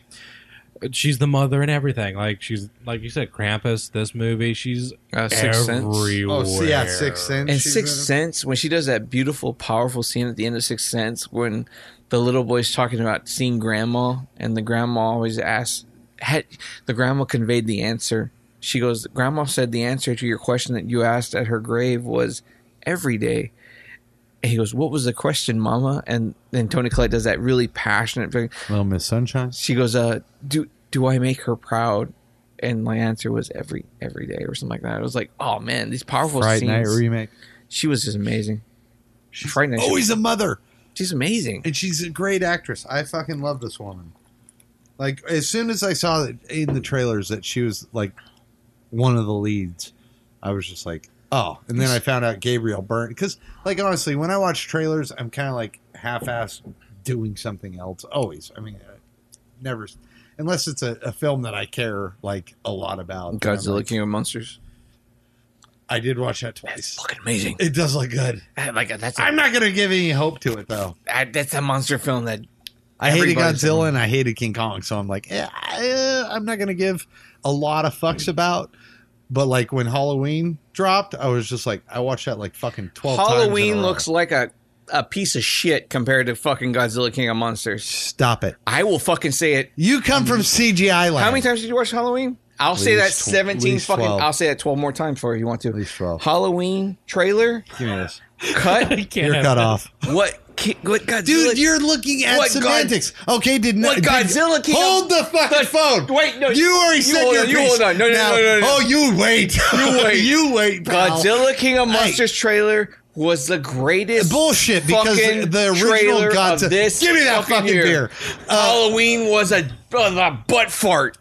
she's the mother and everything like she's like you said Krampus this movie she's Uh, Sixth Sense. everywhere Oh, see, yeah, Sixth Sense. And she's Sixth in it. Sense, when she does that beautiful, powerful scene at the end of Sixth Sense, when the little boy's talking about seeing grandma, and the grandma always asks, had, the grandma conveyed the answer. She goes, Grandma said the answer to your question that you asked at her grave was every day. and he goes, "What was the question, Mama?" And then Tony Collette does that really passionate thing. Little Miss Sunshine. She goes, "Uh, do do I make her proud?" And my answer was every every day or something like that. It was like, oh man, these powerful Fright scenes. Night remake. she was just amazing. She's Fright Night. Always Oh, a mother, she's amazing. and she's a great actress. I fucking love this woman. Like as soon as I saw that in the trailers that she was like one of the leads, I was just like, oh. And then I found out Gabriel Byrne because, like, honestly, when I watch trailers, I'm kind of like half-assed doing something else. Always. I mean, I never, unless it's a, a film that I care like a lot about. then I'm Godzilla like, King of Monsters. I did watch that twice. Fucking amazing. It does look good. Like that's I'm not gonna give any hope to it though. I, that's a monster film that I hated Everybody's Godzilla and I hated King Kong, so I'm like, eh, eh, I'm not gonna give a lot of fucks about. But like when Halloween dropped, I was just like, I watched that like fucking twelve. times in a Halloween row. looks like a a piece of shit compared to fucking Godzilla King of Monsters. Stop it! I will fucking say it. You come from CGI land. How many times did you watch Halloween? I'll say that Least tw- 17 least fucking 12. I'll say that 12 more times for you if you want to. least 12. Halloween trailer Give me this. cut. can't You're have cut that. off, what ki- what Godzilla dude. you're looking at What God- semantics. okay, did not What Godzilla Did, King of- hold the fucking The- phone. wait, no, you already you said hold your on, you piece. hold on. No, no, Now- no, no, no. Oh, you wait. You wait. you wait. Pal. Godzilla King of Hey. Monsters trailer was the greatest bullshit because fucking the original trailer Godzilla. of this give me that fucking fucking year. beer. Uh, Halloween was a, a butt fart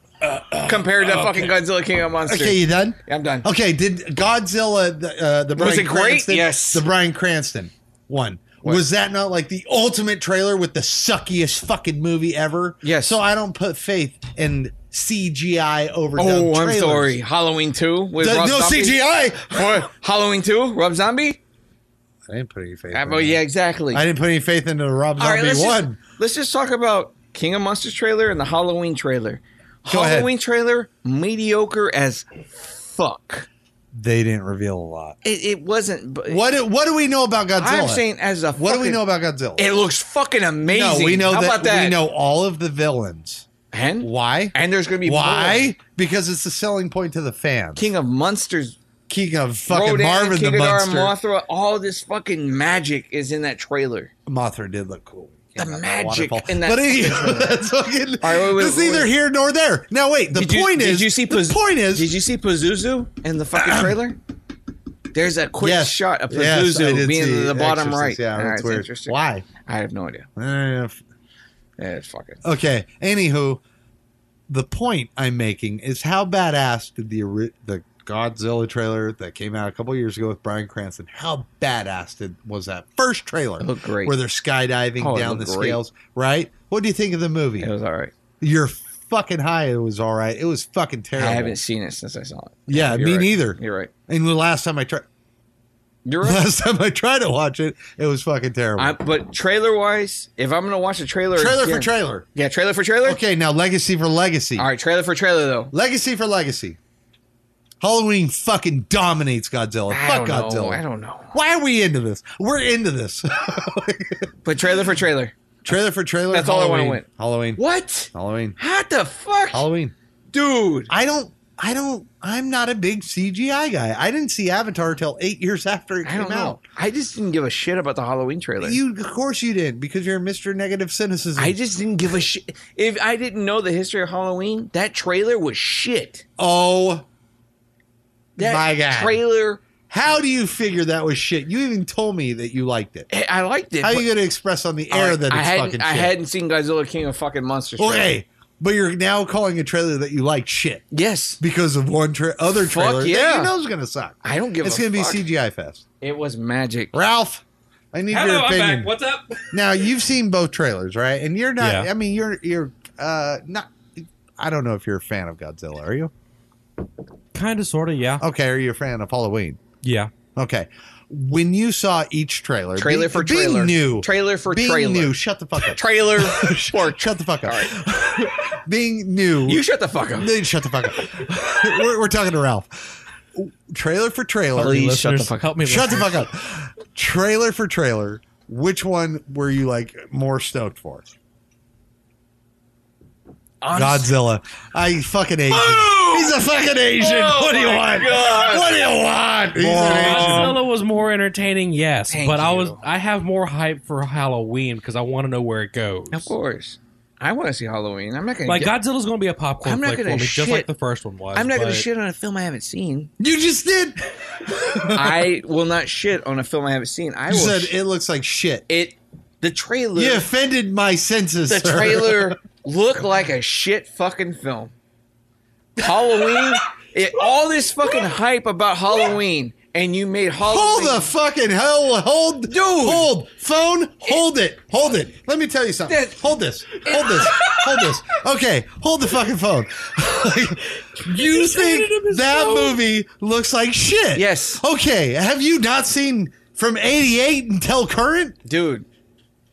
compared to fucking Godzilla King of Monsters. okay, you done? I'm done. Okay, did Godzilla the uh, the Brian Was it great? Cranston, Yes. the Brian Cranston one? Was that not like the ultimate trailer with the suckiest fucking movie ever? Yes. So I don't put faith in CGI overdone. Oh, I'm trailers. sorry. Halloween 2 with The- Rob no Zombie? CGI. Or Halloween 2, Rob Zombie? I didn't put any faith. Oh, yeah, exactly. I didn't put any faith into the Rob All right, Zombie let's one. just, let's just talk about King of Monsters trailer and the Halloween trailer. Go ahead. Halloween trailer, mediocre as fuck. They didn't reveal a lot. It, it wasn't. but- What do, what do we know about Godzilla? I'm saying as a what do we fucking- know about Godzilla? It looks fucking amazing. No, we know How that, about that. we know all of the villains. And Why? And there's gonna be why? more. Because it's the selling point to the fans. King of Monsters, King of fucking Rodan, Marvin King the Ghidorah, Monster. Mothra. All this fucking magic is in that trailer. Mothra did look cool. The Came out magic waterfall. in that But anyway, fucking- that's fucking. right, wait, wait, that's wait. neither here nor there. Now wait. The Did you- point is. did you see? the Paz- point is. did you see Pazuzu in the fucking trailer? There's a quick Yes. shot of Yes, I Pazuzu did being see in the bottom right. Exorcist. Yeah, All right, that's it's weird. interesting. Why? I have no idea. Eh, f- Yeah, it's fucking. Okay. Anywho, the point I'm making is how badass did the ori- the Godzilla trailer that came out a couple years ago with Brian Cranston? How badass did was that first trailer? It looked great. Where they're skydiving Oh, it down the looked great. scales, right? What do you think of the movie? It was all right. You're fucking high. It was all right. It was fucking terrible. I haven't seen it since I saw it. You're Yeah, Uh, me right. neither. You're right. And the last time I tried, You're right. last time I tried to watch it, it was fucking terrible. I, but trailer wise, if I'm gonna watch a trailer, trailer again- for trailer. yeah, trailer for trailer. Okay, now legacy for legacy. All right, trailer for trailer though. Legacy for legacy. Halloween fucking dominates Godzilla. I don't Fuck know. Godzilla. I don't know. Why are we into this? We're into this. But trailer for trailer. trailer for trailer. That's all I wanna Halloween. win. Halloween. What? Halloween. What the fuck, Halloween. dude? I don't. I don't. I'm not a big CGI guy. I didn't see Avatar till eight years after it I came don't know. out. I just didn't give a shit about the Halloween trailer. You, of course, you didn't because you're Mr. Negative Cynicism. I just didn't give a shit. If I didn't know the history of Halloween, that trailer was shit. oh, That My God. trailer, how do you figure that was shit? You even told me that you liked it. I- I liked it. How are but- you going to express on the All air right, that it's I hadn't, fucking shit? I hadn't seen Godzilla King of fucking monsters. Well, trailer. hey, but you're now calling a trailer that you like shit Yes, because of one tra- other Fuck trailer that yeah. you know is going to suck. I don't give It's a going to be fuck. CGI fest. it was magic. Ralph, I need Hello, your I'm opinion. back. What's up? now you've seen both trailers, right? And you're not. Yeah. I mean, you're you're uh not. I don't know if you're a fan of Godzilla. Are you? Kind of, sort of, yeah. Okay. Are you a fan of Halloween? Yeah. Okay. When you saw each trailer, Trailer be- for being trailer. new, Trailer for being trailer. new. Shut the fuck up. Trailer for. shut the fuck up. being new. you shut the fuck up. Dude, shut the fuck up. we're, we're talking to Ralph. Trailer for trailer. Please shut the Listeners, fuck up. Help me. Shut the fuck up. Trailer for trailer. Which one were you like more stoked for? Honest- Godzilla. I fucking hate you. He's a fucking Asian. what do you want? What do you want? Oh! He's an Asian. Godzilla was more entertaining, yes, Thank but I you. was I have more hype for Halloween because I want to know where it goes. Of course. I want to see Halloween. I'm not gonna. Like get- Godzilla's going to be a popcorn I'm not flick for gonna me, just like shit- the first one was. I'm not gonna but- shit on a film I haven't seen. You just did. I will not shit on a film I haven't seen. I You will. said sh- it looks like shit. it. The trailer. You offended my senses. the sir. trailer looked like a shit fucking film. Halloween, it, all this fucking hype about Halloween, and you made Hold Halloween. the fucking hell! Hold, Dude. Hold phone. Hold it. Hold it. Let me tell you something. That- hold this. Hold this. Hold this. Okay, hold the fucking phone. you think that movie looks like shit? Yes. Okay. Have you not seen from '88 until current? dude.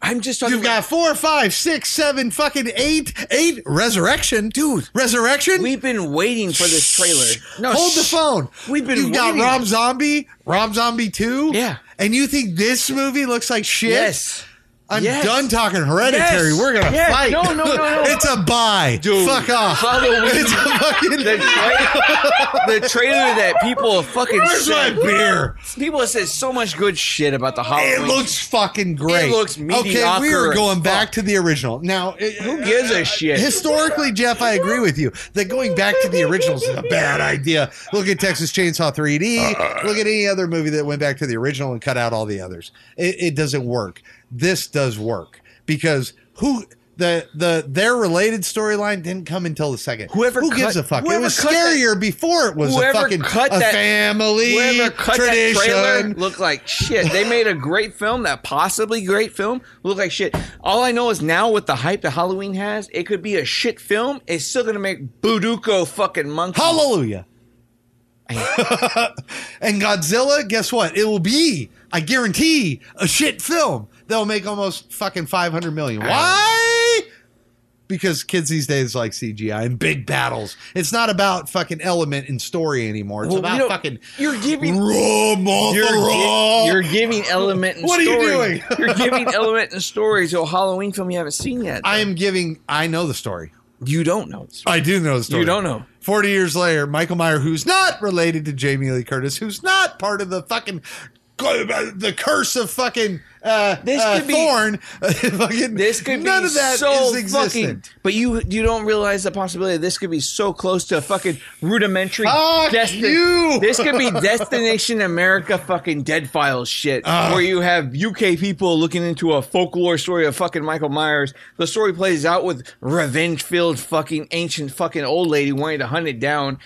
I'm just talking. You've got four, five, six, seven, fucking eight, eight. Resurrection, dude. Resurrection. We've been waiting for this trailer. No, Hold the shh. phone. We've been You've got waiting. Rob Zombie, Rob Zombie 2. Yeah. And you think this movie looks like shit? Yes, I'm Yes. done talking hereditary. Yes. We're going to Yes. fight. No, no, no, no. it's a buy. Dude. Fuck off. Halloween. It's a fucking. the, tra- the trailer that people fucking Where's my said, beer? people said so much good shit about the It Halloween. looks fucking great. It looks Okay, we mediocre are as going back fuck. to the original. Now, Who gives a shit? Historically, Jeff, I agree with you that going back to the originals is a bad idea. Look at Texas Chainsaw 3D. Look at any other movie that went back to the original and cut out all the others. It, it doesn't work. This does work because who the the their related storyline didn't come until the second. Whoever who cut- gives a fuck? It whoever was cut that- scarier before it was a whoever fucking cut a that- family Whoever cut tradition. that trailer looked like shit. They made a great film, that possibly great film, look like shit. All I know is now with the hype that Halloween has, it could be a shit film. It's still gonna make Buduko fucking monkey. Hallelujah. and Godzilla, guess what? It will be, I guarantee, a shit film. They'll make almost fucking 500 million. Why? Because kids these days like CGI and big battles. It's not about fucking element and story anymore. It's Well, we about don't- fucking You're giving raw, Martha, you're, raw. gi- you're giving element and What are you story. doing? you're giving element and story to a Halloween film you haven't seen yet. I am giving. I know the story. you don't know. It's I do know the story. You don't know. 40 years later, Michael Meyer, who's not related to Jamie Lee Curtis, who's not part of the fucking the curse of fucking uh, This uh, could be- thorn. fucking, This could none be of that is so fucking. existent. But you you don't realize the possibility. This could be so close to fucking rudimentary. Fuck you! This could be destination America fucking dead files shit, Ah. where you have UK people looking into a folklore story of fucking Michael Myers. The story plays out with revenge filled fucking ancient fucking old lady wanting to hunt it down.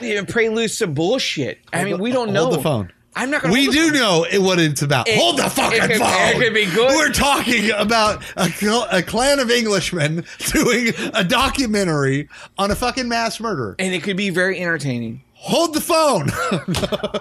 And preludes to bullshit. I mean, we don't know. Hold the phone. I'm not. Gonna We hold the do phone. know it- what it's about. It- Hold the fucking it could- phone. it could be good. We're talking about a, cl- a clan of Englishmen doing a documentary on a fucking mass murderer. And it could be very entertaining. Hold the phone.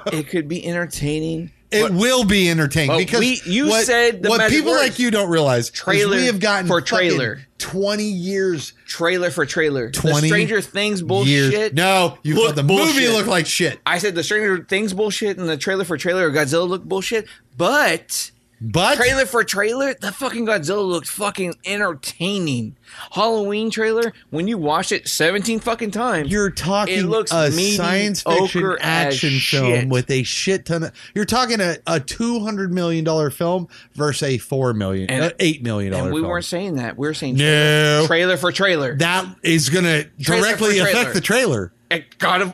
It could be entertaining. It will be entertaining Well, because we- you what, said the what magic people words. like you don't realize. is Trailer we have gotten for fucking trailer. twenty years. trailer for trailer. 20 the Stranger Things bullshit. Years. No, you Look thought the movie bullshit. looked like shit, I said the Stranger Things bullshit and the trailer for trailer of Godzilla looked bullshit, but but trailer for trailer, the fucking Godzilla looked fucking entertaining. Halloween trailer, when you watch it 17 fucking times, you're talking It looks a science fiction mediocre as action shit. film with a shit ton of. You're talking a, a two hundred million dollar film versus a four million, And- uh, eight million dollar. and we film. weren't saying that. We were saying No. trailer for trailer. that is going to Trailer for directly affect trailer. the trailer. It got a-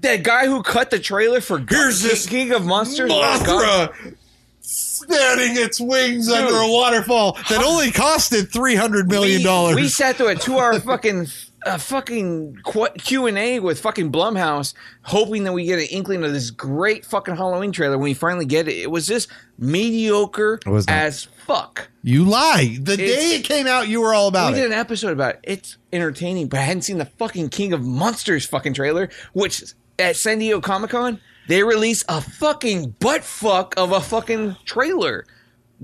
that guy who cut the trailer for Go- Here's this King of Monsters. Mothra spreading its wings under a waterfall that only costed three hundred million we- dollars. We sat through a two-hour fucking uh, fucking Q and A with fucking Blumhouse, hoping that we get an inkling of this great fucking Halloween trailer. When we finally get it, it was just mediocre was not. as fuck. you lie. The day It's- it came out, you were all about We did it. an episode about it. It's entertaining, but I hadn't seen the fucking King of Monsters fucking trailer, which at San Diego Comic Con they released a fucking butt fuck of a fucking trailer.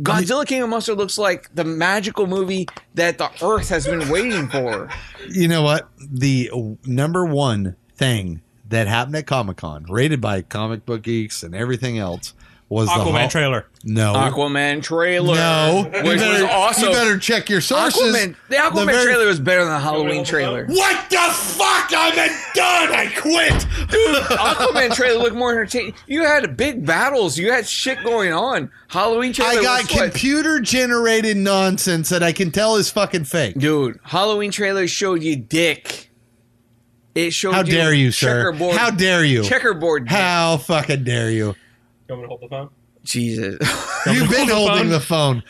Godzilla King of Monsters looks like the magical movie that the Earth has been waiting for. You know what? The number one thing that happened at Comic Con, rated by comic book geeks and everything else, was the Aquaman Hol- trailer. No, Aquaman trailer. no. You which was better, also you better check your sources. Aquaman. The Aquaman very- trailer was better than the Halloween trailer. What the fuck? I'm done. I quit, dude. Aquaman trailer looked more entertaining. You had big battles. You had shit going on. Halloween trailer. I got was what? computer generated nonsense that I can tell is fucking fake. dude. Halloween trailer showed you dick. It showed. How you dare you, sir? Checkerboard. How dare you? Checkerboard. dick. How fucking dare you? You want me to hold the phone? Jesus. You've been holding the phone.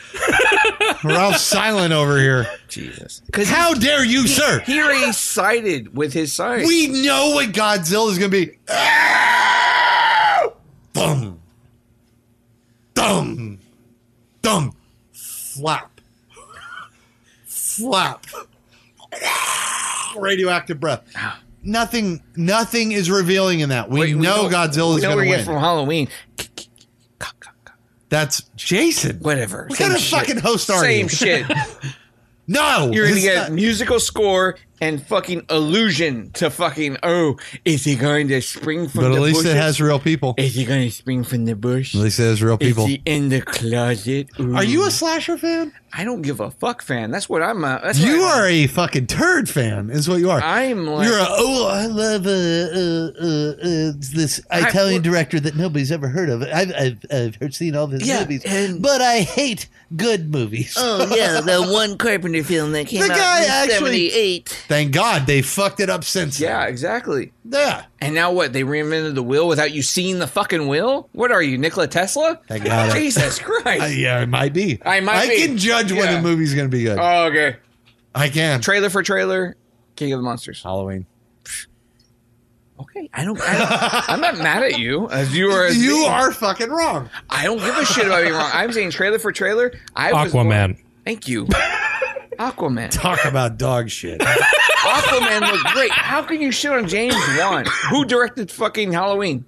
Ralph Silent over here. Jesus. How dare you, sir? He already sided with his side. We know what Godzilla is going to be. Dum. Dum. Dum. Flap. Flap. Radioactive breath. Nothing nothing is revealing in that. We, Ah. Wait, know, Godzilla's we know where going to you win. get from Halloween. That's Jason. Whatever. What Same kind of shit. fucking host are Same you? shit. No. You're gonna it's get not- musical score and fucking allusion to fucking. Oh, is he going to spring from But the at least bushes? it has real people. is he going to spring from the bush? At least it has real people. Is he in the closet? Ooh. Are you a slasher fan? I don't give a fuck fan. That's what I'm. Uh, that's You what are a fucking turd fan, is what you are. I'm like. You're a oh, I love uh, uh, uh, uh, this Italian I- director that nobody's ever heard of. I've I've, I've heard, seen all of his Yeah, movies, and- but I hate good movies. Oh yeah, the one Carpenter film that came The out guy in actually- '78. Thank God they fucked it up since. yeah, exactly. yeah. And now what? They reinvented the wheel without you seeing the fucking wheel? What are you, Nikola Tesla? Thank God. Jesus Christ. Uh, yeah, it might be. I might I be. can judge when Yeah. a movie's going to be good. oh, okay. I can. Trailer for trailer, King of the Monsters. Halloween. Okay, I don't. I, I'm not mad at you as you are. As You me. are fucking wrong. I don't give a shit about being wrong. I'm saying trailer for trailer. I was wrong. Aquaman. Thank you. Aquaman. Talk about dog shit. Aquaman looked great. How can you shit on James Wan? Who directed fucking Halloween?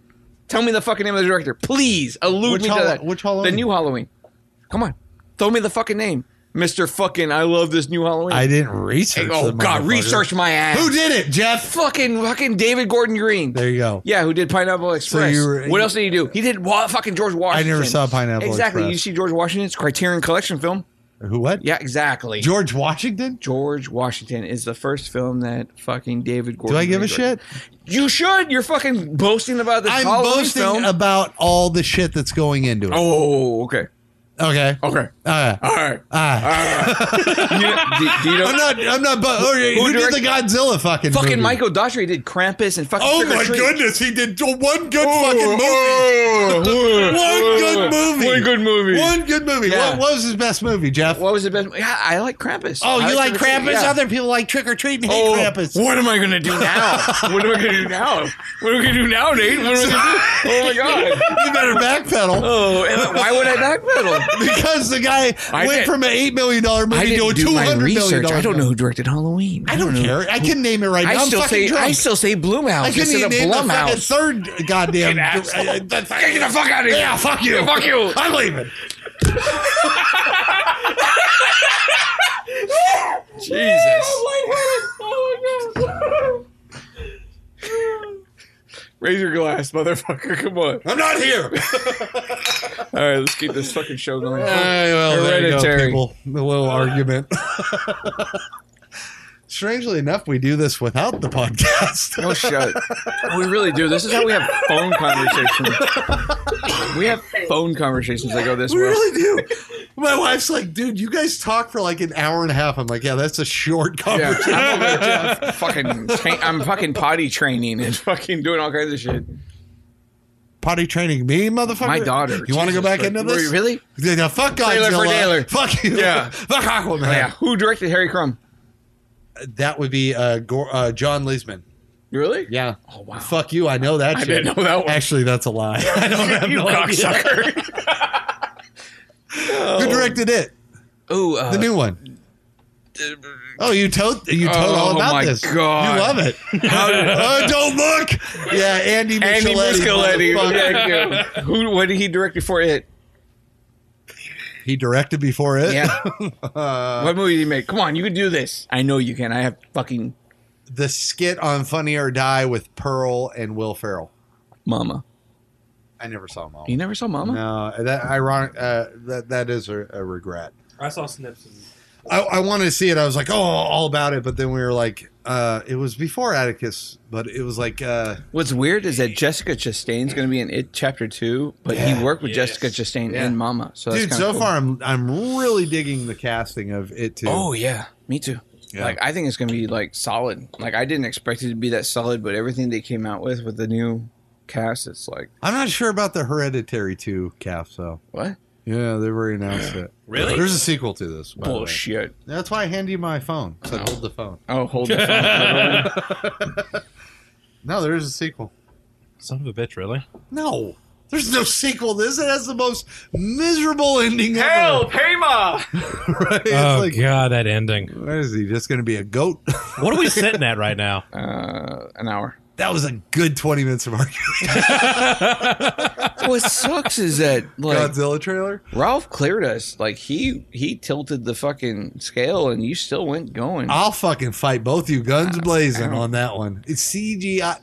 Tell me the fucking name of the director, please. Elude Which me Hall- to that. which Halloween? The new Halloween. Come on, throw me the fucking name, Mister Fucking. I love this new Halloween. I didn't research. oh the God, motherfucker. research my ass. Who did it, Jeff? Fucking fucking David Gordon Green. There you go. Yeah, who did Pineapple Express? you were- what else did he do? He did wa- fucking George Washington. never saw Pineapple exactly. Express. You see George Washington's Criterion Collection film? Who? What? Yeah, exactly. George, George Washington. Washington is the first film that fucking David Gordon. Do I give Green a shit? directed. You should. You're fucking boasting about this I'm Halloween boasting film. about all the shit that's going into it. oh, okay. Okay. Okay. Uh, All right. uh. You know- do, do you know? I'm not. I'm not. But oh, who, Who did the directed- Godzilla fucking fucking movie? Michael Daughtry did Krampus and fucking Oh Trick or my Treat. goodness, he did one good Oh, fucking movie. oh, oh, one oh, good movie. One good movie. One good movie. Yeah. What, what was his best movie, Jeff? What was the best? Yeah, I like Krampus. Oh, I you like Trick or Treat, Krampus? yeah. Other people like Trick or Treat and hate Oh, Krampus. What am I gonna do now? what am I gonna do now? What am I gonna do now, Nate? What am I gonna do? Oh my god! You better backpedal Oh, and why would I backpedal? because the guy I went did- from an eight million dollar movie to a two hundred million dollar. I don't know who directed Halloween. I don't care. I can name it right I now. I'm still fucking say drunk. I still say Bloomhouse I couldn't instead even of name the fucking Blumhouse. third goddamn. Fucking the fuck- Get the fuck out of here! Yeah, fuck you. Fuck you! I'm leaving. Jesus! Raise your glass, motherfucker! Come on! I'm not here. All right, let's keep this fucking show going. well, there you go, Hereditary. people. The little argument. Strangely enough, we do this without the podcast. Oh, shut. We really do. This is how we have phone conversations. We have phone conversations that go this we way. really do. My wife's like, dude, you guys talk for like an hour and a half. I'm like, yeah, that's a short Yeah, conversation. I'm over there fucking, tra- I'm fucking potty training and fucking doing all kinds of shit. Potty training me, motherfucker. My daughter. You want to go Jesus back Christ. into this? Wait, Really? Yeah, now fuck Trailer Godzilla. for Taylor. Fuck you. Yeah. Fuck Aquaman. Oh, Yeah. Who directed Harry Crumb? That would be uh, Gor uh, John Leesman. Really? Yeah. Oh wow. Fuck you. I know that. I shit. didn't know that one. Actually, that's a lie. I don't have you no idea. cocksucker. Who directed it? Ooh. Uh, The new one. Oh, you told you told Oh, all about my this. God. You love it. oh, don't look. Yeah, Andy. Andy Micheletti. Muscoletti. motherfucker. Thank you. Who? What did he direct before it? He directed before it. Yeah. Uh, what movie did he make? Come on, you can do this. I know you can. I have fucking The skit on Funny or Die with Pearl and Will Ferrell. mama. I never saw Mama. You never saw Mama? No, that ironic. Uh, that that is a, a regret. I saw snips. I, I wanted to see it. I was like, oh, all about it. But then we were like, uh, it was before Atticus, but it was like, uh, What's weird is that Jessica Chastain's going to be in It Chapter Two, but he worked with Yes. Jessica Chastain Yeah. and Mama. So that's dude, kinda so cool. far I'm I'm really digging the casting of it too. Oh yeah, me too. Yeah. Like I think it's gonna be like solid. Like I didn't expect it to be that solid, but everything they came out with with the new cast, it's like I'm not sure about the Hereditary two calf though. what Yeah, they've already announced it. Really? There's a sequel to this. by the way. bullshit. That's why I hand you my phone. 'cause I hold the phone. Oh, hold the phone. No, there is a sequel. Son of a bitch, really? No. There's no sequel to this. It has the most miserable ending ever. Pema! Right? It's oh like, god, that ending. what is he just going to be a goat? What are we sitting at right now? uh, an hour. that was a good 20 minutes of argument. What sucks is that like Godzilla trailer. Ralph cleared us. Like he he tilted the fucking scale, and you still went going. I'll fucking fight both you guns blazing on that one. It's CGI.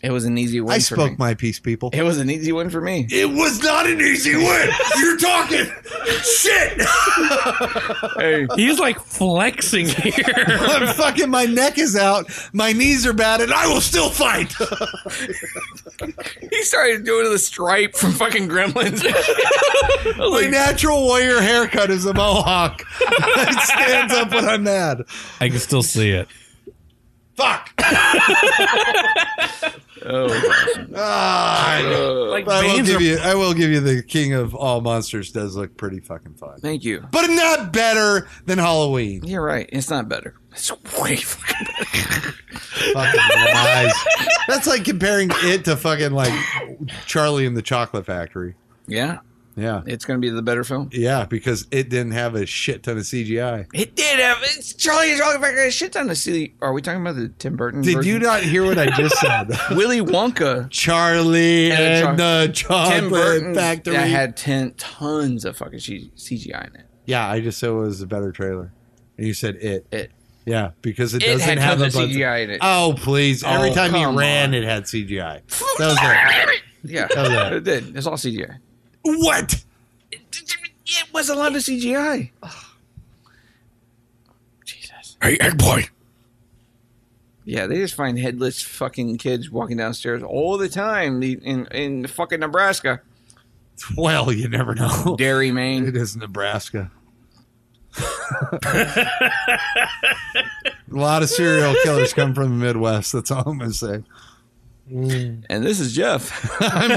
It was an easy win. I for me. spoke my piece, people. It was an easy one for me. It was not an easy win. You're talking shit. Hey, He's like flexing here. I'm fucking. My neck is out. My knees are bad, and I will still fight. he started doing the stripe from fucking Gremlins. I was My like, natural warrior haircut is a mohawk. it stands up when I'm mad. I can still see it. Fuck. oh, Ah, uh, but I will veins give are- you. I will give you the king of all monsters does look pretty fucking fun, thank you. but not better than Halloween. You're right. It's not better. It's way fucking better. fucking lies. That's like comparing it to fucking like Charlie and the Chocolate Factory. Yeah, Yeah. it's gonna be the better film. Yeah, because it didn't have a shit ton of CGI. It did have it's Charlie and the Chocolate Factory. Shit ton of silly. Are we talking about the Tim Burton? Did version? you not hear what I just said? Willy Wonka? Charlie And and the Tim Chocolate Burton Factory. that had ten tons of fucking C- CGI in it. yeah, I just said it was a better trailer. And you said it. It Yeah, because it, it doesn't had have tons a of bunch CGI in it. Oh, please. Every Oh, time he come ran, on. it had CGI. That was it. yeah, was that? it did. It's all CGI. What? It was a lot of CGI. Jesus. Hey, Egg Boy. Yeah, they just find headless fucking kids walking downstairs all the time in in fucking Nebraska, Well, you never know. Dairy, Maine. It is Nebraska. a lot of serial killers come from the Midwest. That's all I'm going to say. And this is Jeff. I'm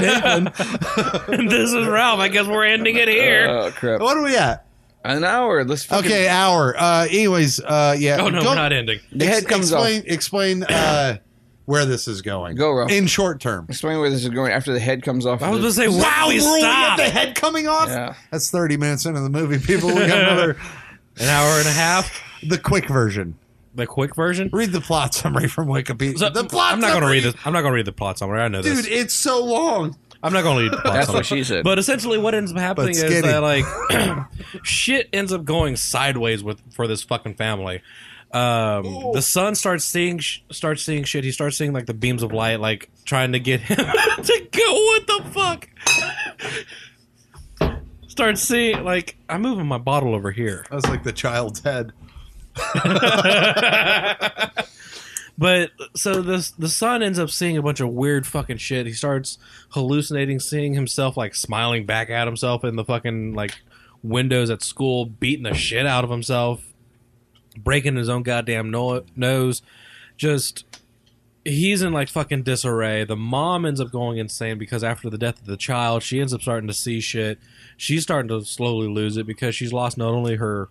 Nathan. this is Ralph. I guess we're ending it here. oh crap! What are we at? An hour. Let's fucking, Okay, hour. Uh, anyways, uh, yeah. oh no, Go- we're not ending. The head comes explain, off. Explain uh, where this is going. Go, Ralph. In short term. Explain where this is going after the head comes off. I of was the- gonna say, wow, we we're only at stopped. the head coming off? Yeah. That's 30 minutes into the movie, people. We got another, An hour and a half. the quick version. The quick version. Read the plot summary from Wikipedia. So- the plot I'm not gonna summary- read this. I'm not gonna read the plot summary. I know Dude, this. it's so long. I'm not gonna read the plot That's summary. what she said. But essentially, what ends up happening is skinny. that like shit ends up going sideways with for this fucking family. Um, the son starts seeing sh- starts seeing shit. He starts seeing like the beams of light, like trying to get him to go. What the fuck? Starts seeing like I'm moving my bottle over here, That was like the child's head. but so this the son ends up seeing a bunch of weird fucking shit. He starts hallucinating, seeing himself like smiling back at himself in the fucking like windows at school, beating the shit out of himself. breaking his own goddamn no- nose. Just he's in like fucking disarray. The mom ends up going insane because after the death of the child, she ends up starting to see shit. She's starting to slowly lose it because she's lost not only her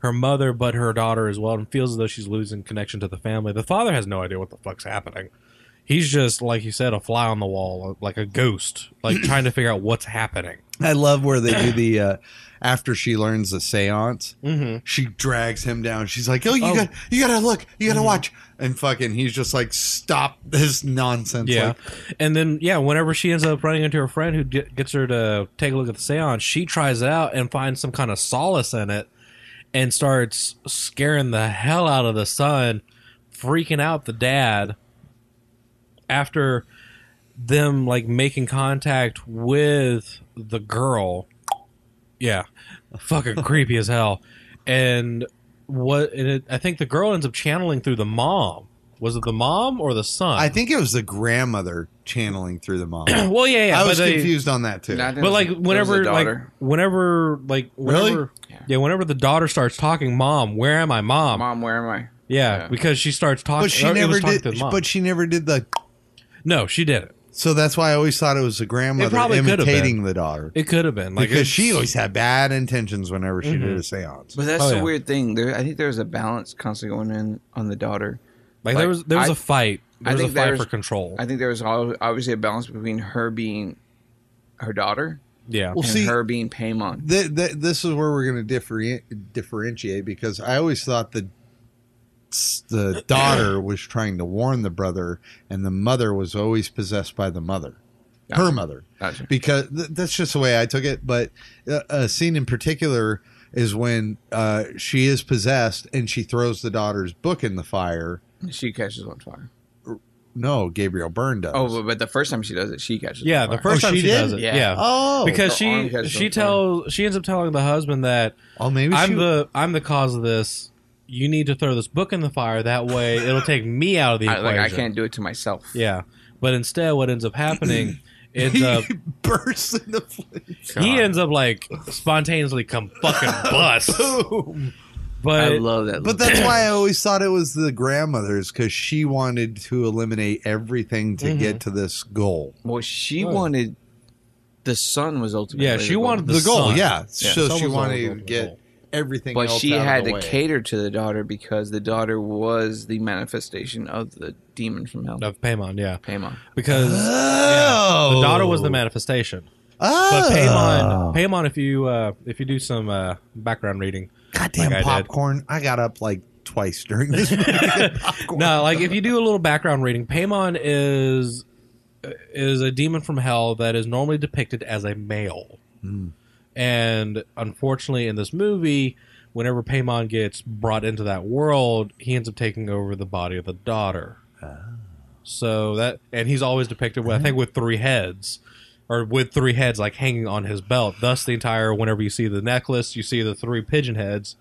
her mother but her daughter as well, and feels as though she's losing connection to the family. The father has no idea what the fuck's happening. He's just like you said, a fly on the wall, like a ghost, like trying to figure out what's happening. I love where they do the uh, after she learns the seance, Mm-hmm. she drags him down. She's like, "Oh, you Oh. got, you gotta look, you gotta watch," and fucking, he's just like, "Stop this nonsense!" Yeah, Like, and then yeah, whenever she ends up running into her friend who ge- gets her to take a look at the seance, she tries it out and finds some kind of solace in it, and starts scaring the hell out of the son, freaking out the dad. After them like making contact with the girl. Yeah, fucking creepy as hell. And what? And it, I think the girl ends up channeling through the mom. Was it the mom or the son? I think it was the grandmother channeling through the mom. Well, yeah, yeah. I but was they- confused on that too. Not that But it was- like it was whenever, the like daughter. whenever, like whenever, Really? yeah. whenever the daughter starts talking, mom, where am I, mom? mom, where am I? yeah, yeah. because she starts talking. but she or it was never talking did. to the mom. But she never did the. no, she did it. So that's why I always thought it was the grandmother probably could have been. imitating the daughter It could have been like because it's- she always had bad intentions whenever she did a séance. But that's Oh, the yeah. weird thing. There, I think there's a balance constantly going in on the daughter. like there was there was I- a fight. I There was a think fight there's- for control. I think there was al- obviously a balance between her being her daughter yeah, Well, and see- her being Paimon. Th- th- this is where we're going to differ- differentiate because I always thought the the daughter was trying to warn the brother, and the mother was always possessed by the mother, her mother, Gotcha. because th- that's just the way I took it. But uh, a scene in particular is when uh, she is possessed and she throws the daughter's book in the fire. She catches on fire. No, Gabriel Byrne does. Oh, but, but the first time she does it, she catches. yeah. on The fire. first Oh, time she she, did? does it, Yeah. yeah, oh, because Her arm she catches she on fire. tells she ends up telling the husband that oh, maybe I'm she, the I'm the cause of this. You need to throw this book in the fire. That way, it'll take me out of the I, equation. like I can't do it to myself. Yeah, but instead, what ends up happening ends up he bursts into flames. he ends up like spontaneously come fucking bust. I But love that. But that's why I always thought it was the grandmother's because she wanted to eliminate everything to Mm-hmm. get to this goal. well, she wanted the son was ultimately. Yeah, she the goal. wanted The, goal, son. yeah. Yeah. So Someone's she always wanted to over the get goal. everything. but else she out of had the to way. cater to the daughter because the daughter was the manifestation of the demon from hell, of Paimon, yeah, Paimon. because yeah, the daughter was the manifestation. Oh, But Paimon, Paimon, if you uh, if you do some uh, background reading, goddamn like I did. popcorn! I got up like twice during this. movie. no, like if you do a little background reading, Paimon is is a demon from hell that is normally depicted as a male, and unfortunately, in this movie, whenever Paimon gets brought into that world, he ends up taking over the body of the daughter. So that, and he's always depicted with I think with three heads. Or with three heads like hanging on his belt. Thus, the entire whenever you see the necklace, you see the three pigeon heads,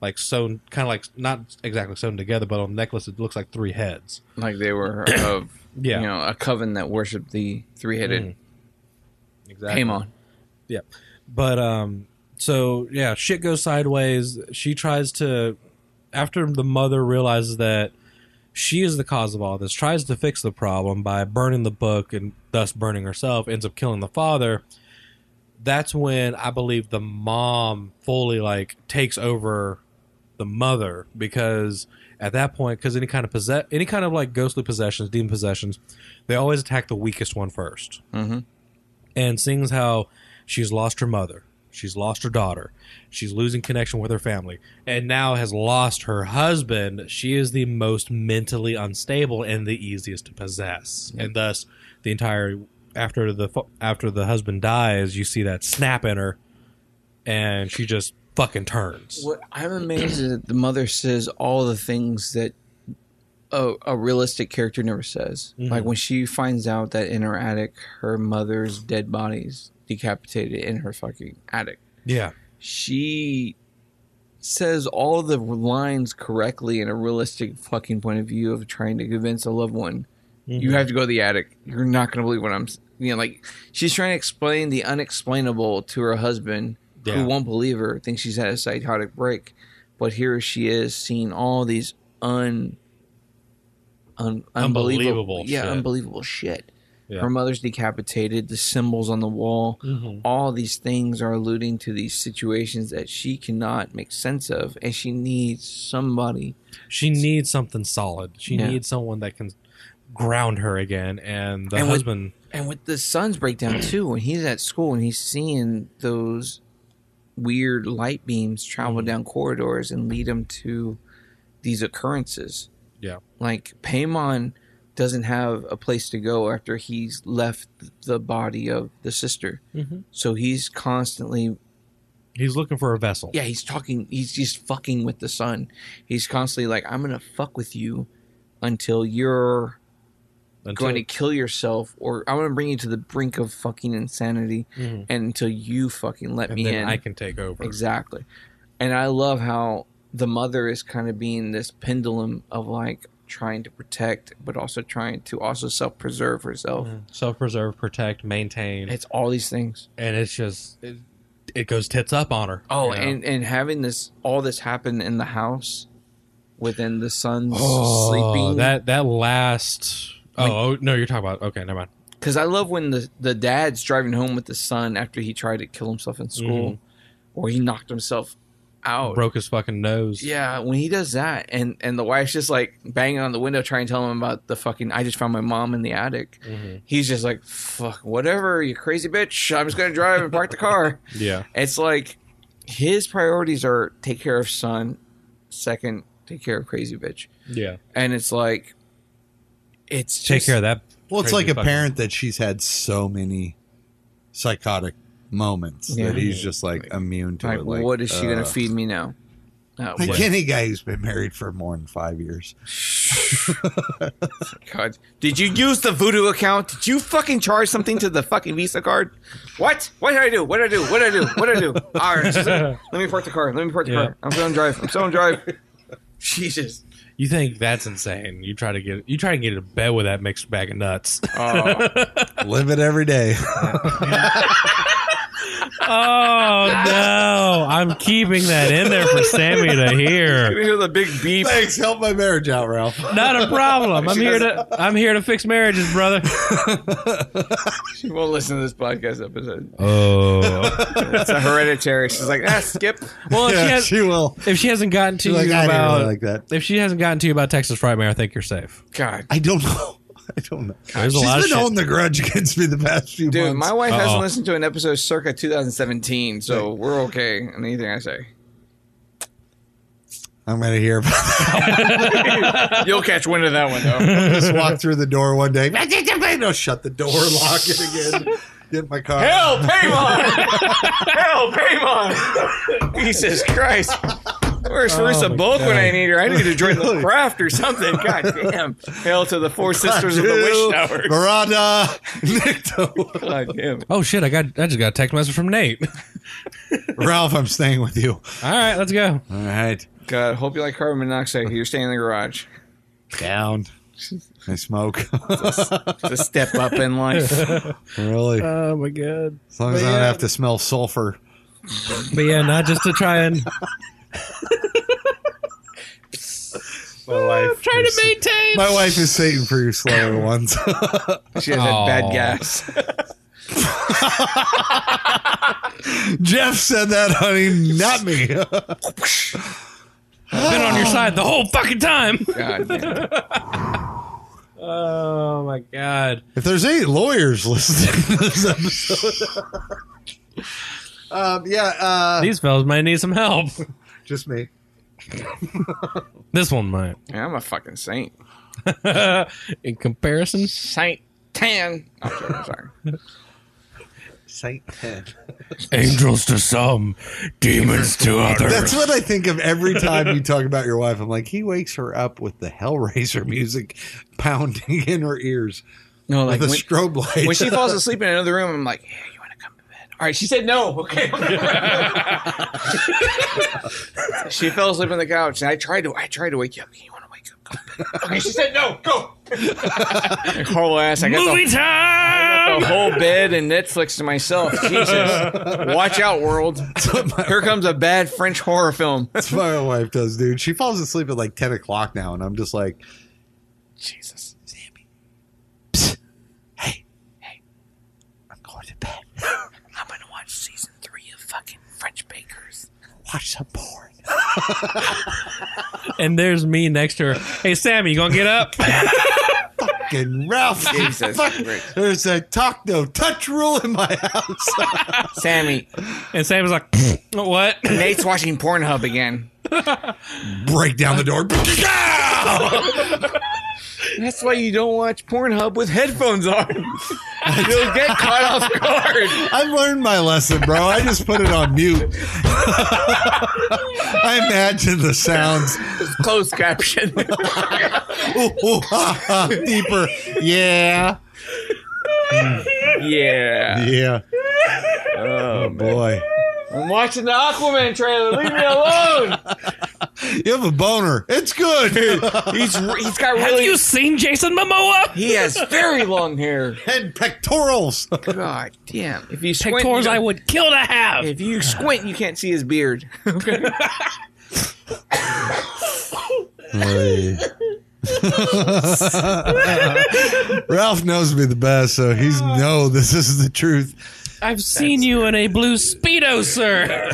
like sewn, kind of like not exactly sewn together, but on the necklace it looks like three heads. Like they were of Yeah. Mm, you know a coven that worshipped the three headed Exactly. Paimon. Yeah. But um so yeah, shit goes sideways. She tries to after the mother realizes that she is the cause of all this, tries to fix the problem by burning the book and thus burning herself, ends up killing the father. That's when I believe the mom fully like takes over the mother because at that point because any kind of possess any kind of like ghostly possessions demon possessions they always attack the weakest one first and seeing as how she's lost her mother, she's lost her daughter, she's losing connection with her family, and now has lost her husband, she is the most mentally unstable and the easiest to possess. And thus, the entire after the fu- after the husband dies, you see that snap in her, and she just fucking turns. What I'm amazed is that the mother says all the things that a, a realistic character never says. Mm-hmm. Like when she finds out that in her attic, her mother's dead body's decapitated in her fucking attic. Yeah, She says all the lines correctly in a realistic fucking point of view of trying to convince a loved one. You Mm-hmm. have to go to the attic. You're not going to believe what I'm. s-" You know, like she's trying to explain the unexplainable to her husband, Yeah. who won't believe her, thinks she's had a psychotic break, but here she is seeing all these un, un unbelievable, Unbelievable yeah, shit. unbelievable shit. Yeah. Her mother's decapitated. The symbols on the wall. All these things are alluding to these situations that she cannot make sense of, and she needs somebody she needs something solid. She Yeah. needs someone that can ground her again. And the And with- husband. And with the son's breakdown too, when he's at school and he's seeing those weird light beams travel down corridors and lead him to these occurrences. Yeah. Like Paimon doesn't have a place to go after he's left the body of the sister. So he's constantly He's looking for a vessel. yeah, he's talking. He's just fucking with the son. He's constantly like, "I'm gonna fuck with you until you're going to kill yourself, or I'm going to bring you to the brink of fucking insanity, and until you fucking let Mm-hmm. and me then in, I can take over. Exactly. And I love how the mother is kind of being this pendulum of like trying to protect, but also trying to also self preserve herself. Self preserve, protect, maintain, It's all these things. and it's just it, it goes tits up on her. Oh, you know? and, and having this all this happen in the house within the son's Oh, sleeping. that that last. Oh, oh no, you're talking about okay. Never mind. Because I love when the, the dad's driving home with the son after he tried to kill himself in school Mm-hmm. or he knocked himself out. Broke his fucking nose. Oh. Yeah, when he does that, and and the wife's just like banging on the window trying to tell him about the fucking. I just found my mom in the attic. Mm-hmm. Mm. He's just like, fuck, whatever, you crazy bitch. I'm just gonna drive and park the car. yeah. It's like his priorities are take care of son, second take care of crazy bitch, Yeah. and it's like, it's Take just- care of that. Well, it's like crazy a fucking- parent that she's had so many psychotic moments Yeah. that he's just like immune to Like, it. Like, what is she gonna uh, feed me now? Uh, Like what- any guy who's been married for more than five years. God. Did you use the voodoo account? Did you fucking charge something to the fucking Visa card? What? What did I do? What did I do? What did I do? What did I do? All right. just- let me park the car. Let me park the Yeah. car. I'm still on drive. I'm still on drive. Jesus. You think that's insane? You try to get you try to get into bed with that mixed bag of nuts. Oh, Live it every day. Oh no! I'm keeping that in there for Sammy to hear. you hear the big beep. Thanks. Help my marriage out, Ralph. Not a problem. I'm here to I'm here to fix marriages, brother. She won't listen to this podcast episode. Oh. It's a hereditary. She's like, ah, skip. Well, if, Yeah, she has, she will. if she hasn't gotten to She's like, you I didn't about really like that. if she hasn't gotten to you about Texas Frightmare, I think you're safe. God. I don't know. I don't know. There's a She's lot of been shit. holding the grudge against me the past few Dude, months. my wife hasn't Uh-oh. listened to an episode circa 2017, so we're okay on anything I say. I'm gonna hear about You'll catch wind of that one, though. just walk through the door one day. No, shut the door, lock it again. Get in my car. Hell, Paymon! Hell, Paymon! Jesus Christ. Where's Farissa Bulk when I need her? I need to join the craft or something. God damn. Hell to the four sisters of the Two, wish tower. Verada, Nikto. God damn. Oh shit! I got I just got a text message from Nate. Ralph, I'm staying with you. All right, let's go. All right. God, hope you like carbon monoxide. You're staying in the garage. Down. I smoke. It's a step up in life. really. Oh my god! As long as I don't have to smell sulfur. But yeah, not just to try and My wife. Trying to maintain. My wife is Satan for you slower ones. She has that bad Aw. gas. Jeff said that, honey, not me. been on your side the whole fucking time. God damn. Oh my god! If there's any lawyers listening to this episode, um, yeah, uh, These fellas might need some help. just me. This one might. Yeah, I'm a fucking saint. In comparison, Saint Tan. I'm sorry. I'm sorry. Saint angels to some, demons to That's others. what I think of every time you talk about your wife. I'm like, he wakes her up with the Hellraiser music pounding in her ears No, like with a when, strobe light. when she falls asleep in another room, I'm like, yeah, you want to come to bed? All right, she said no. Okay. she fell asleep on the couch, and I tried to, I tried to wake you up. You want to wake up? Come to bed. Okay, she said no. Go. Like, whole ass. I got Movie the, time. the whole bed and Netflix to myself. Jesus, watch out, world! Here comes a bad French horror film. That's what my wife does, dude. She falls asleep at like 10 o'clock now, and I'm just like, Jesus. I'm going to bed. I'm gonna watch season three of fucking French Bakers. Watch some porn. And there's me next to her. Hey, Sammy, you gonna get up? Fucking Ralph. Jesus, Christ. There's a talk no touch rule in my house. Sammy, And Sammy's like, "What?" Nate's watching Pornhub again. Break down the door. That's why you don't watch Pornhub with headphones on. You'll get caught off guard. I've learned my lesson, bro. I just put it on mute. I imagine the sounds Closed caption. ooh, ooh, ha, ha, deeper. Yeah. yeah. Yeah. Oh, boy. I'm watching the Aquaman trailer. Leave me alone. You have a boner. It's good. He's he's got really seen Jason Momoa? he has very long hair. and pectorals. God damn! If you squint, Pectorals you I don't- would kill to have. if you squint, you can't see his beard. Okay. Ralph knows me the best, so he's no, this is the truth. I've seen you in a blue Speedo, sir.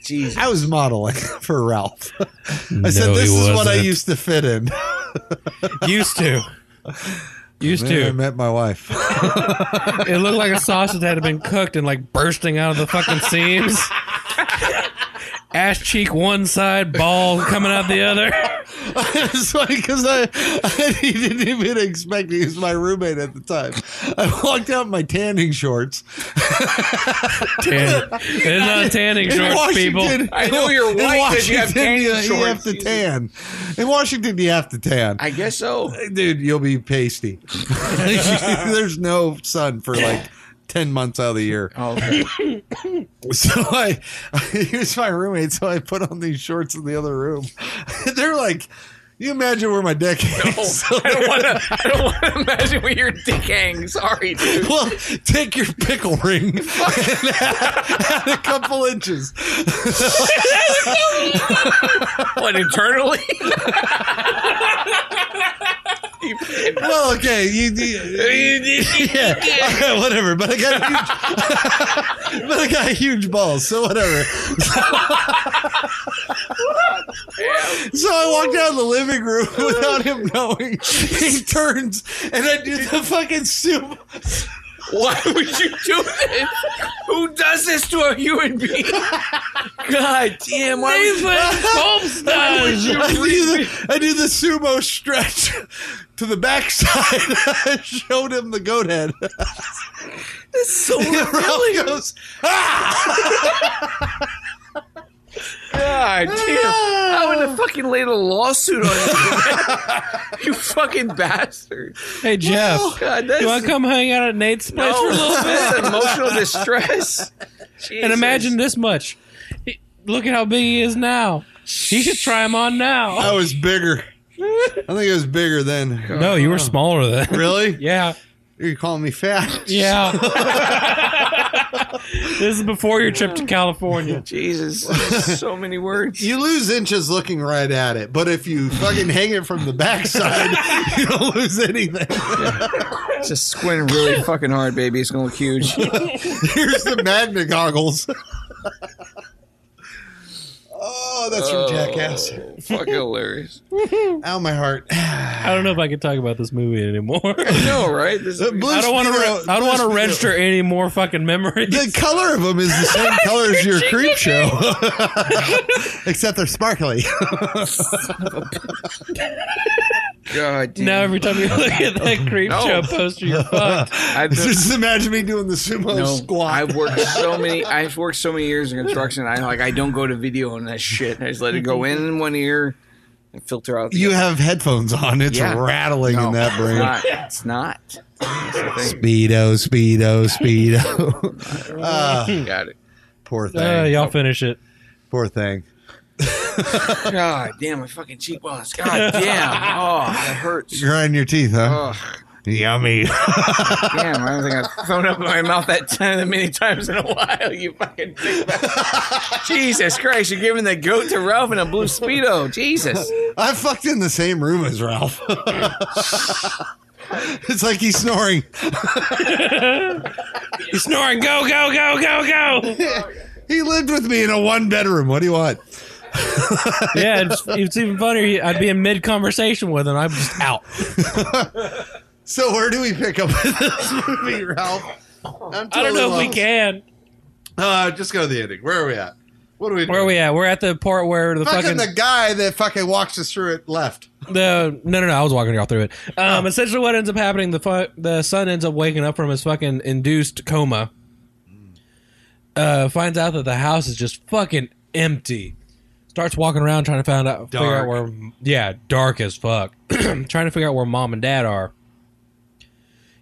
Jesus. I was modeling for Ralph. I No, said, he this is what I wasn't. used to fit in. Used to. Used Then I to. met my wife. It looked like a sausage that had been cooked and like bursting out of the fucking seams. Ass cheek one side, ball coming out the other. It's funny because I, I he didn't even expect me. He was my roommate at the time. I walked out in my tanning shorts. Tan- It's not tanning in shorts, people. Washington, I know you're in white 'cause you have Washington, you, tanning you have shorts. to tan. In Washington, you have to tan. I guess so. Dude, you'll be pasty. There's no sun for like ten months out of the year. Oh, okay. So I, he was my roommate. So I put on these shorts in the other room. They're like, you imagine where my dick is. So I they're- don't want to. I don't want to imagine where your dick hangs. Sorry, dude. Well, take your pickle ring and add, add a couple inches. What internally? You fucking- Well, okay, you, you- yeah, okay, whatever. But I got, huge, but I got huge balls, so whatever. so I walked out of the living room without him knowing. He turns, and I do the fucking soup. Why would you do this? Who does this to a human being? God E damn! Why would you? Holmes Uh, does. I do, the, I do the sumo stretch to the backside. I showed him the goat head. That's so Ralph goes, God damn! I would have fucking laid a lawsuit on you. you fucking bastard! Hey, Jeff. God, that's you want to come hang out at Nate's place for a little bit? That's emotional distress. And Jesus. imagine this much. He- Look at how big he is now. He should try him on now. I was bigger. I think I was bigger then. No, you were smaller then. Really? Yeah. You're calling me fat? Yeah. this is before your trip to California. Jesus, there's so many words. You lose inches looking right at it, but if you fucking hang it from the backside, you don't lose anything. Just squint really fucking hard, baby. It's gonna look huge. Here's the Magna goggles. oh, that's from Jackass. Oh. Fucking hilarious. Ow, my heart. I don't know if I can talk about this movie anymore. No, right? This is- Blue I don't want to. Speedo- I Blue don't want to Speedo. register any more fucking memories. The color of them is the same color as your creep show, except they're sparkly. God damn. now every time you look at that creep No. show poster, you're fucked. I've been- Just imagine me doing the sumo No, squat. I've worked so many. I've worked so many years in construction. I like I don't go to video on that shit. I just let it go in one ear and filter out. The you have headphones on. It's Yeah. rattling other. in No, that brain. It's not. It's not. That's the Speedo, speedo, speedo. thing. Got it. Poor thing. Ah. Uh, y'all finish it. Poor thing. God damn, my fucking cheekbones. God damn. Oh, that hurts. Grind your teeth, huh? Ugh, Yummy. damn, I don't think I've thrown up in my mouth that that many times in a while. You fucking dick bag. Jesus Christ! You're giving the goat to Ralph in a blue speedo. Jesus. I fucked in the same room as Ralph. it's like he's snoring. He's snoring. Go, go, go, go, go. He lived with me in a one bedroom. What do you want? yeah, it's, it's even funnier. I'd be in mid conversation with him. I'm just out. So where do we pick up this movie, Ralph? I'm I don't totally know if we lost. can. Uh, just go to the ending. Where are we at? What are we? Where are doing? we at? We're at the part where the Fucking fucking, the guy that fucking walks us through it left. the no no no I was walking y'all through it. Um, essentially, what ends up happening the fu- the son ends up waking up from his fucking induced coma. Uh, finds out that the house is just fucking empty. Starts walking around trying to find out figure out Dark. where yeah dark as fuck. trying to figure out where mom and dad are.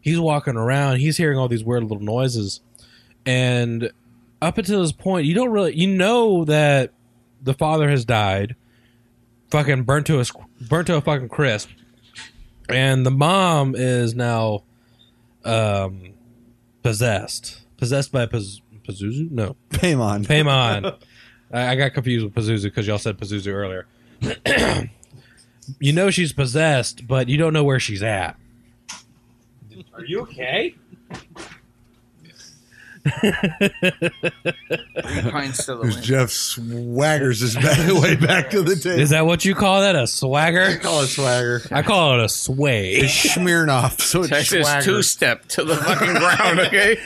He's walking around. He's hearing all these weird little noises, and up until this point, you don't really you know that the father has died fucking burnt to a squ- burnt to a fucking crisp, and the mom is now um possessed, possessed by Paz- Pazuzu. No, Paymon. Paimon. I, I got confused with Pazuzu because y'all said Pazuzu earlier. you know she's possessed, but you don't know where she's at. Are you okay? Pine still Who's Jeff swaggers his back, way back to the table. Is that what you call that? A swagger? call it swagger? I call it a sway. Smirnoff. So it's swagger. two step to the fucking ground, okay?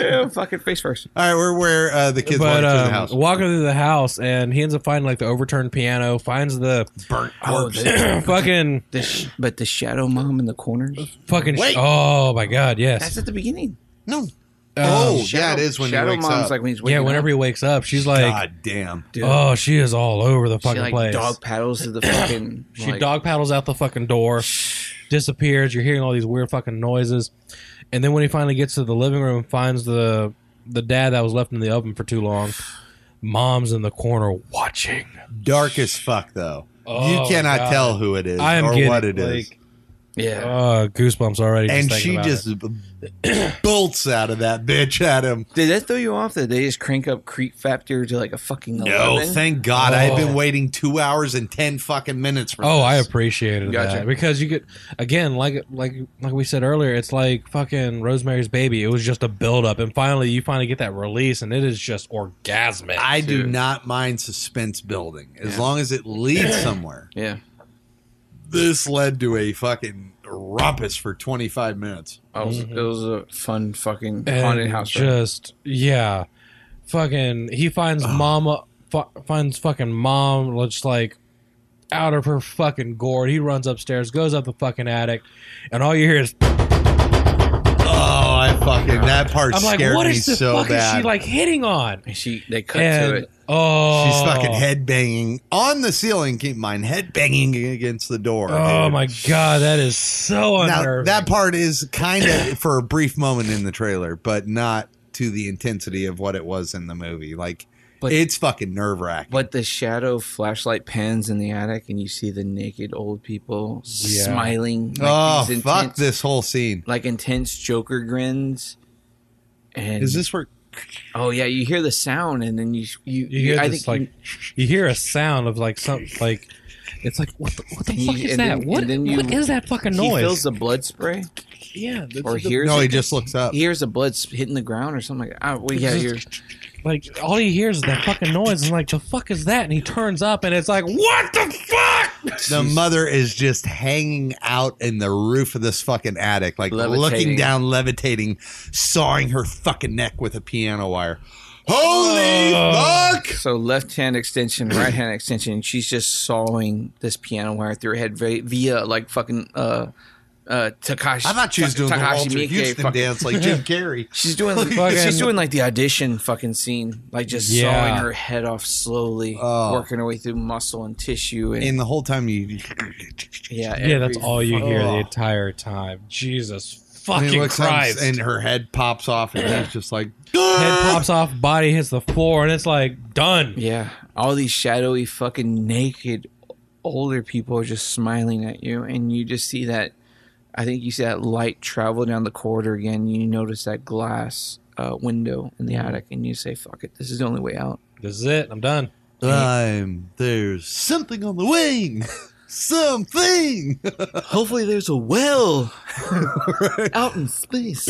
Yeah, fucking face first. All right, we're where uh, the kids But walk to the um, house. walking through the house, and he ends up finding like the overturned piano, finds the Burnt Oh, corpse. the, fucking the sh- but the shadow mom in the corners. Fucking sh- oh my god, That's yes. at the beginning. no. Um, oh, yeah, Shadow- it is when shadow he wakes mom's up. like when he's waking Yeah, whenever he up, wakes up, she's like, God damn. dude, oh, she is all over the she fucking like place. dog paddles to the fucking. she like, dog paddles out the fucking door, disappears. You're hearing all these weird fucking noises, and then when he finally gets to the living room, and finds the the dad that was left in the oven for too long. Mom's in the corner watching. Dark as fuck, though. Oh, you cannot God. tell who it is I am or getting what it is. like, Yeah. uh, goosebumps already. and thinking she about just it. bolts out of that bitch at him. Did that throw you off that they just crank up Creep Factor to like a fucking No, 11? thank God. I've Oh. been waiting two hours and ten fucking minutes for Oh, I this. appreciated Gotcha. that because you could again, like like like we said earlier, it's like fucking Rosemary's Baby. It was just a build up, and finally you finally get that release, and it is just orgasmic. I do not mind suspense building as long as it leads somewhere. Yeah. This led to a fucking rumpus for 25 minutes. I was, It was a fun fucking Mm-hmm. And haunted house. ride. Just yeah, fucking. He finds mama fu- finds fucking mom just like out of her fucking gourd. He runs upstairs, goes up the fucking attic, and all you hear is Oh, I fucking that part I'm like, scared what me is the so fuck bad. is she like hitting on? And she they cut to And it. oh, She's fucking headbanging on the ceiling. Keep in mind, headbanging against the door. Oh dude. my god, that is so Now unnerving. that part is kind of for a brief moment in the trailer, but not to the intensity of what it was in the movie. Like But- it's fucking nerve wracking. But the shadow flashlight pans in the attic, and you see the naked old people Yeah. smiling. oh these fuck intense- this whole scene. Like intense Joker grins. And Is this where Oh yeah, you hear the sound, and then you you, you hear I this think like you hear a sound of like some like it's like what the, what the And you- fuck is and that? then- what, and then you- what is that fucking he, he noise? feels the blood spray, yeah, the- or the- hears No, it, he just looks up. he hears the blood sp- hitting the ground or something like. that. Oh, well, yeah, you're, like all he hears is that fucking noise and like the fuck is that? And he turns up and it's like what the fuck? The mother is just hanging out in the roof of this fucking attic, like looking Levitating. down, levitating, sawing her fucking neck with a piano wire. Holy fuck! so left hand extension, right hand extension. and She's just sawing this piano wire through her head via, via like fucking uh uh Takashi. I thought she was doing the Takashi Walter Miike Houston fucking- dance like Jim Carrey. She's doing like, Fucking- she's doing like the audition fucking scene, like just Yeah. sawing her head off slowly, Oh. working her way through muscle and tissue, and, And the whole time you yeah, Yeah, that's every- all you hear the Oh. entire time. Jesus And he fucking looks up Christ! And her head pops off, and he's just like, Head pops off, body hits the floor, and it's like done. Yeah, all these shadowy, fucking naked older people are just smiling at you, and you just see that. I think you see that light travel down the corridor again. You notice that glass uh, window in the attic, and you say, "Fuck it, this is the only way out." This is it. I'm done. I'm there's something on the wing, something. Hopefully, there's a well out in space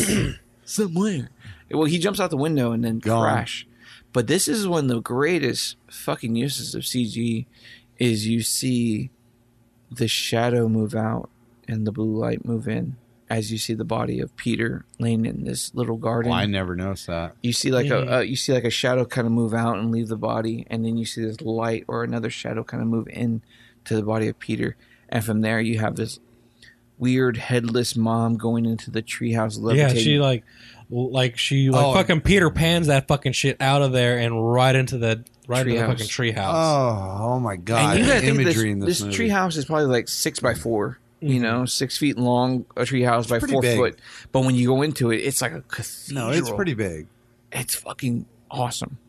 somewhere. Well, he jumps out the window and then Gone. crash. But this is one of the greatest fucking uses of CG is you see the shadow move out and the blue light move in. as you see the body of Peter laying in this little garden. Well, I never noticed that. you see like a, a you see like a shadow kind of move out and leave the body, and then you see this light or another shadow kind of move in to the body of Peter, and from there you have this weird headless mom going into the treehouse. Yeah, levitating. she like, like she like Oh. fucking Peter pans that fucking shit out of there and right into the right into the Treehouse. fucking treehouse. Oh, oh my god! And you the gotta think imagery this, in this, this movie. Mm-hmm. treehouse is probably like six by 4 you know, six feet long, a treehouse by pretty four big. foot. But when you go into it, it's like a cathedral. No, it's pretty big. It's fucking awesome.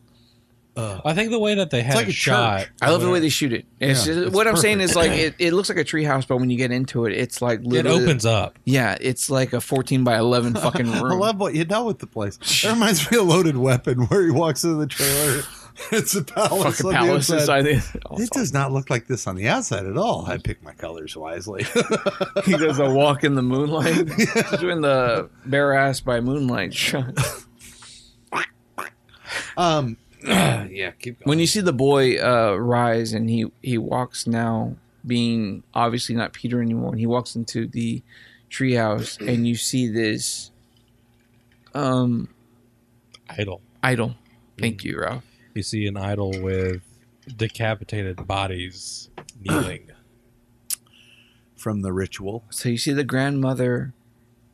I think the way that they had like it a shot. church. I love the way they shoot it. It's Yeah, just- it's what I'm saying perfect. is like it, it looks like a treehouse, but when you get into it, it's like It literally opens up. Yeah, it's like a 14 by 11 fucking room. I love what you done with the place. That reminds me of Loaded Weapon, where he walks into the trailer. It's a palace. fucking on palace the outside. inside. It It does not look like this on the outside at all. I pick my colors wisely. he does a walk in the moonlight. He's doing the bare ass by moonlight shot. um, yeah, keep going. when you see the boy uh, rise and he he walks now being obviously not peter anymore and he walks into the treehouse and you see this um Idol. idol thank you ralph You see an idol with decapitated bodies kneeling. from the ritual. so you see the grandmother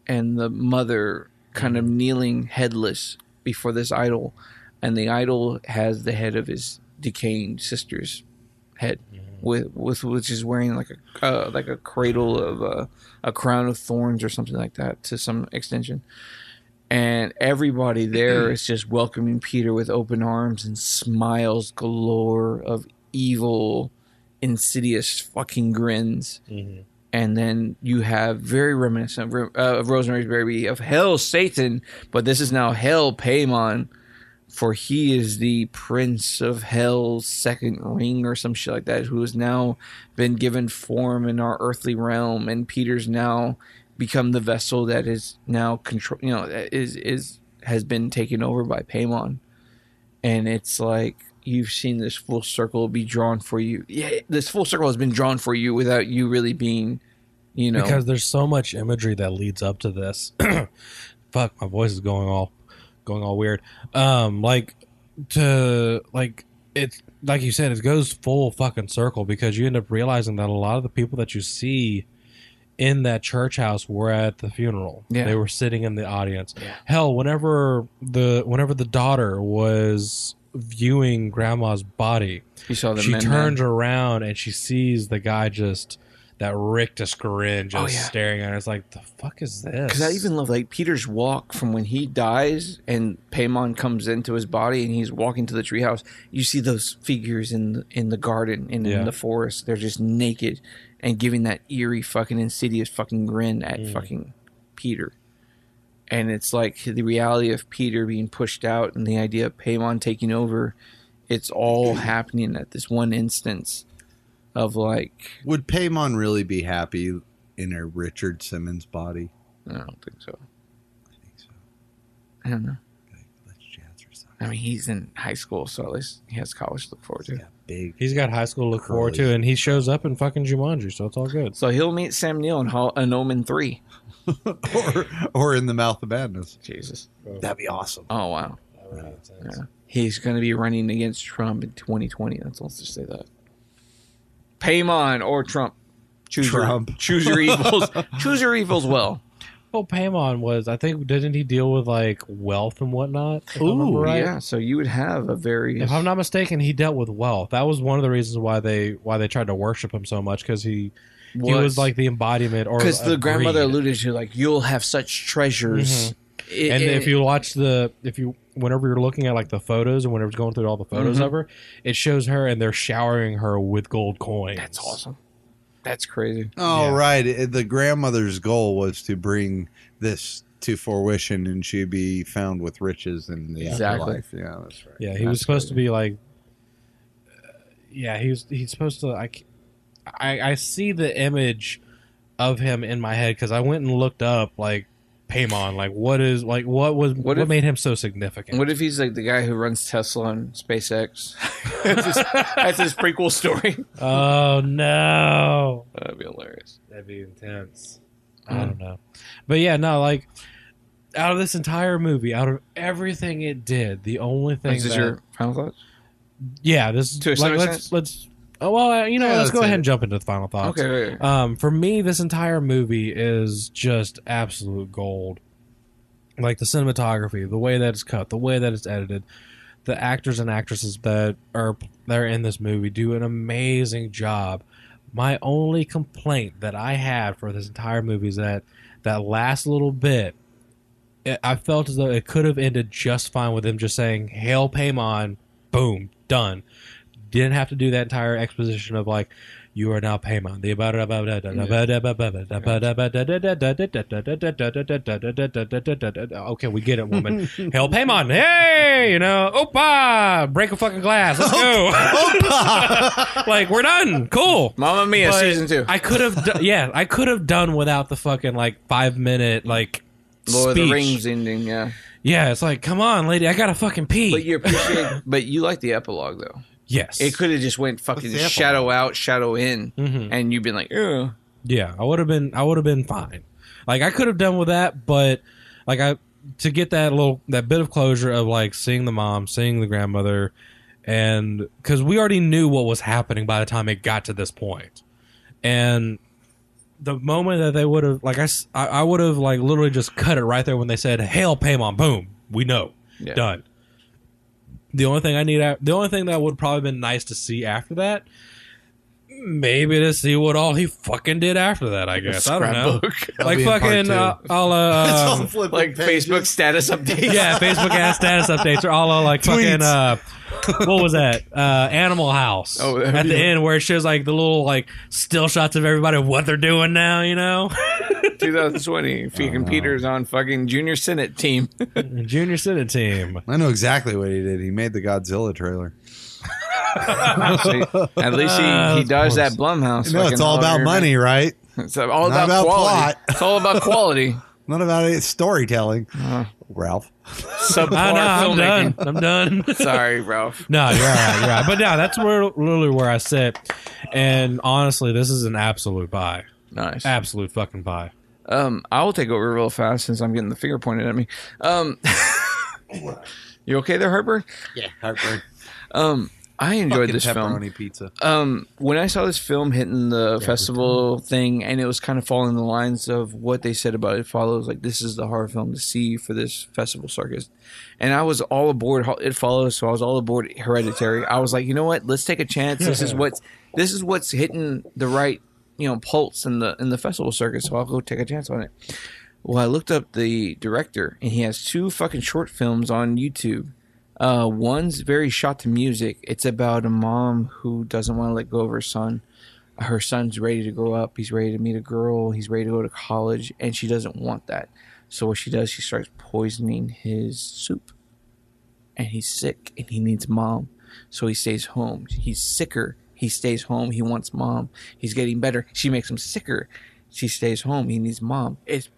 and the mother kind of kneeling headless before this idol and the idol has the head of his decaying sister's head with, with which is wearing like a uh, like a cradle of uh, a crown of thorns or something like that to some extension and everybody there is just welcoming Peter with open arms and smiles galore of evil insidious fucking grins Mm-hmm. and then you have very reminiscent of, Ro- uh, of Rosemary's Baby of Hell Satan, but this is now Hell Paimon, for he is the prince of Hell's second ring or some shit like that, who has now been given form in our earthly realm, and Peter's now become the vessel that is now control, you know, that is is has been taken over by Paimon, and it's like. You've seen this full circle be drawn for you. Yeah, this full circle has been drawn for you without you really being, you know, Because there's so much imagery that leads up to this. Fuck, my voice is going all going all weird. Um, like to like it's like you said, it goes full fucking circle because you end up realizing that a lot of the people that you see in that church house were at the funeral. Yeah. They were sitting in the audience. Hell, whenever the whenever the daughter was viewing grandma's body, you saw the she men turns around and she sees the guy just that rictus grin just Oh, yeah. staring at her. It's like the fuck is this? Because I even love like Peter's walk from when he dies and Paimon comes into his body and he's walking to the treehouse. You see those figures in the, in the garden and Yeah. in the forest. They're just naked and giving that eerie fucking insidious fucking grin at fucking Peter. And it's like the reality of Peter being pushed out and the idea of Paimon taking over. It's all happening at this one instance of like Would Paimon really be happy in a Richard Simmons body? I don't think so. I think so. I don't know. Like, let's jazzercise. I mean, he's in high school, so at least he has college to look forward to. Yeah, big. he's got high school to look forward to, Curly. and he shows up in fucking Jumanji, so it's all good. So he'll meet Sam Neill in, Hall- in Omen 3. or, or in the mouth of madness. Jesus. That'd be awesome. Oh, wow. Yeah. He's going to be running against Trump in 2020. Let's, let's just say that. Paymon or Trump. Choose Your, Trump. choose your evils. choose your evils well. Well, Paimon was I think didn't he deal with like wealth and whatnot? If I remember right? Yeah, so you would have a very. If I'm not mistaken, he dealt with wealth. That was one of the reasons why they why they tried to worship him so much because he he was like the embodiment or Because the of grandmother greed. alluded to, like, you'll have such treasures. It- Mm-hmm. and it- if you watch the if you whenever you're looking at like the photos and whenever it's going through all the photos Mm-hmm. of her it shows her and they're showering her with gold coins That's awesome. That's crazy. Oh, Yeah. right. It- The grandmother's goal was to bring this to fruition and she'd be found with riches in the Exactly. afterlife. Yeah, that's right. yeah he That's was supposed to be like uh, yeah he was he's supposed to like i i see the image of him in my head because i went and looked up like paimon like what is like what was what, What if- made him so significant What if he's like the guy who runs Tesla and SpaceX? that's, his, that's his prequel story. oh no That'd be hilarious. that'd be intense I don't know. But yeah, no, like out of this entire movie, out of everything it did, the only thing Is this that- your final thoughts? yeah, this To a like certain let's extent? let's oh well, uh, you know, Yeah, let's go let's ahead end and jump into the final thoughts. Okay, wait, wait. Um, for me, this entire movie is just absolute gold. Like the cinematography, the way that it's cut, the way that it's edited, the actors and actresses that are that are in this movie do an amazing job. My only complaint that I had for this entire movie is that that last little bit, it, I felt as though it could have ended just fine with them just saying "Hail Paimon," boom, done. Didn't have to do that entire exposition of like, you are now Paimon. The Okay, we get it, woman. Hail Paimon. Hey, you know, Opa, break a fucking glass. Let's go. Like, we're done. Cool. Mamma Mia, But season two. I could have, do- yeah, I could have done without the fucking like five minute like Lord of the speech. Rings ending, yeah. Yeah, it's like, come on, lady, I gotta fucking pee. But you appreciate, but you like the epilogue though. yes, It could have just went fucking the epilogue? shadow out, shadow in, and you've been like, oh, Yeah, I would have been. I would have been fine. Like I could have done with that, but like I to get that little that bit of closure of like seeing the mom, seeing the grandmother, and because we already knew what was happening by the time it got to this point, and the moment that they would have like I s- I, would have like literally just cut it right there when they said hail Paimon, boom, we know, Yeah. done. The only thing I need, the only thing that would probably been nice to see after that maybe to see what all he fucking did after that. I guess I don't know. Like be in part fucking, two. uh, all uh, um, flipping like pages. Facebook status update. yeah, Facebook ass status updates are all uh, like fucking. Uh, what was that? Uh, Animal House. Oh, yeah. at the end where it shows like the little like still shots of everybody of what they're doing now. You know, 2020. Fucking Peter's on fucking junior senate team. junior senate team. I know exactly what he did. He made the Godzilla trailer. So at least he, he does that Blumhouse. No, fucking it's all about lawyer. money, right? It's all about, Not about quality. plot. It's all about quality. Not about it. It's storytelling. Uh-huh. Ralph. Subpar I know. I'm done. filmmaking. Uh, I'm done. Sorry, Ralph. No, you're all right, you're all right. But no, that's where literally where I sit. And honestly, this is an absolute buy. Nice. Absolute fucking buy. Um, I will take over real fast since I'm getting the finger pointed at me. Um, you okay there, Harper? Yeah, heartburn. Um, I enjoyed this film. pepperoni pizza. Um, when I saw this film hitting the festival thing, and it was kind of following the lines of what they said about it follows, like this is the horror film to see for this festival circus, and I was all aboard. Ho- It follows, so I was all aboard Hereditary. I was like, you know what? Let's take a chance. This is what's this is what's hitting the right you know pulse in the in the festival circuit. So I'll go take a chance on it. Well, I looked up the director, and he has two fucking short films on YouTube. Uh, one's very shot to music. It's about a mom who doesn't want to let go of her son. Her son's ready to grow up. He's ready to meet a girl. He's ready to go to college, and she doesn't want that. So what she does, she starts poisoning his soup, and he's sick, and he needs mom. So he stays home. He's sicker. He stays home. He wants mom. He's getting better. She makes him sicker. She stays home. He needs mom. It's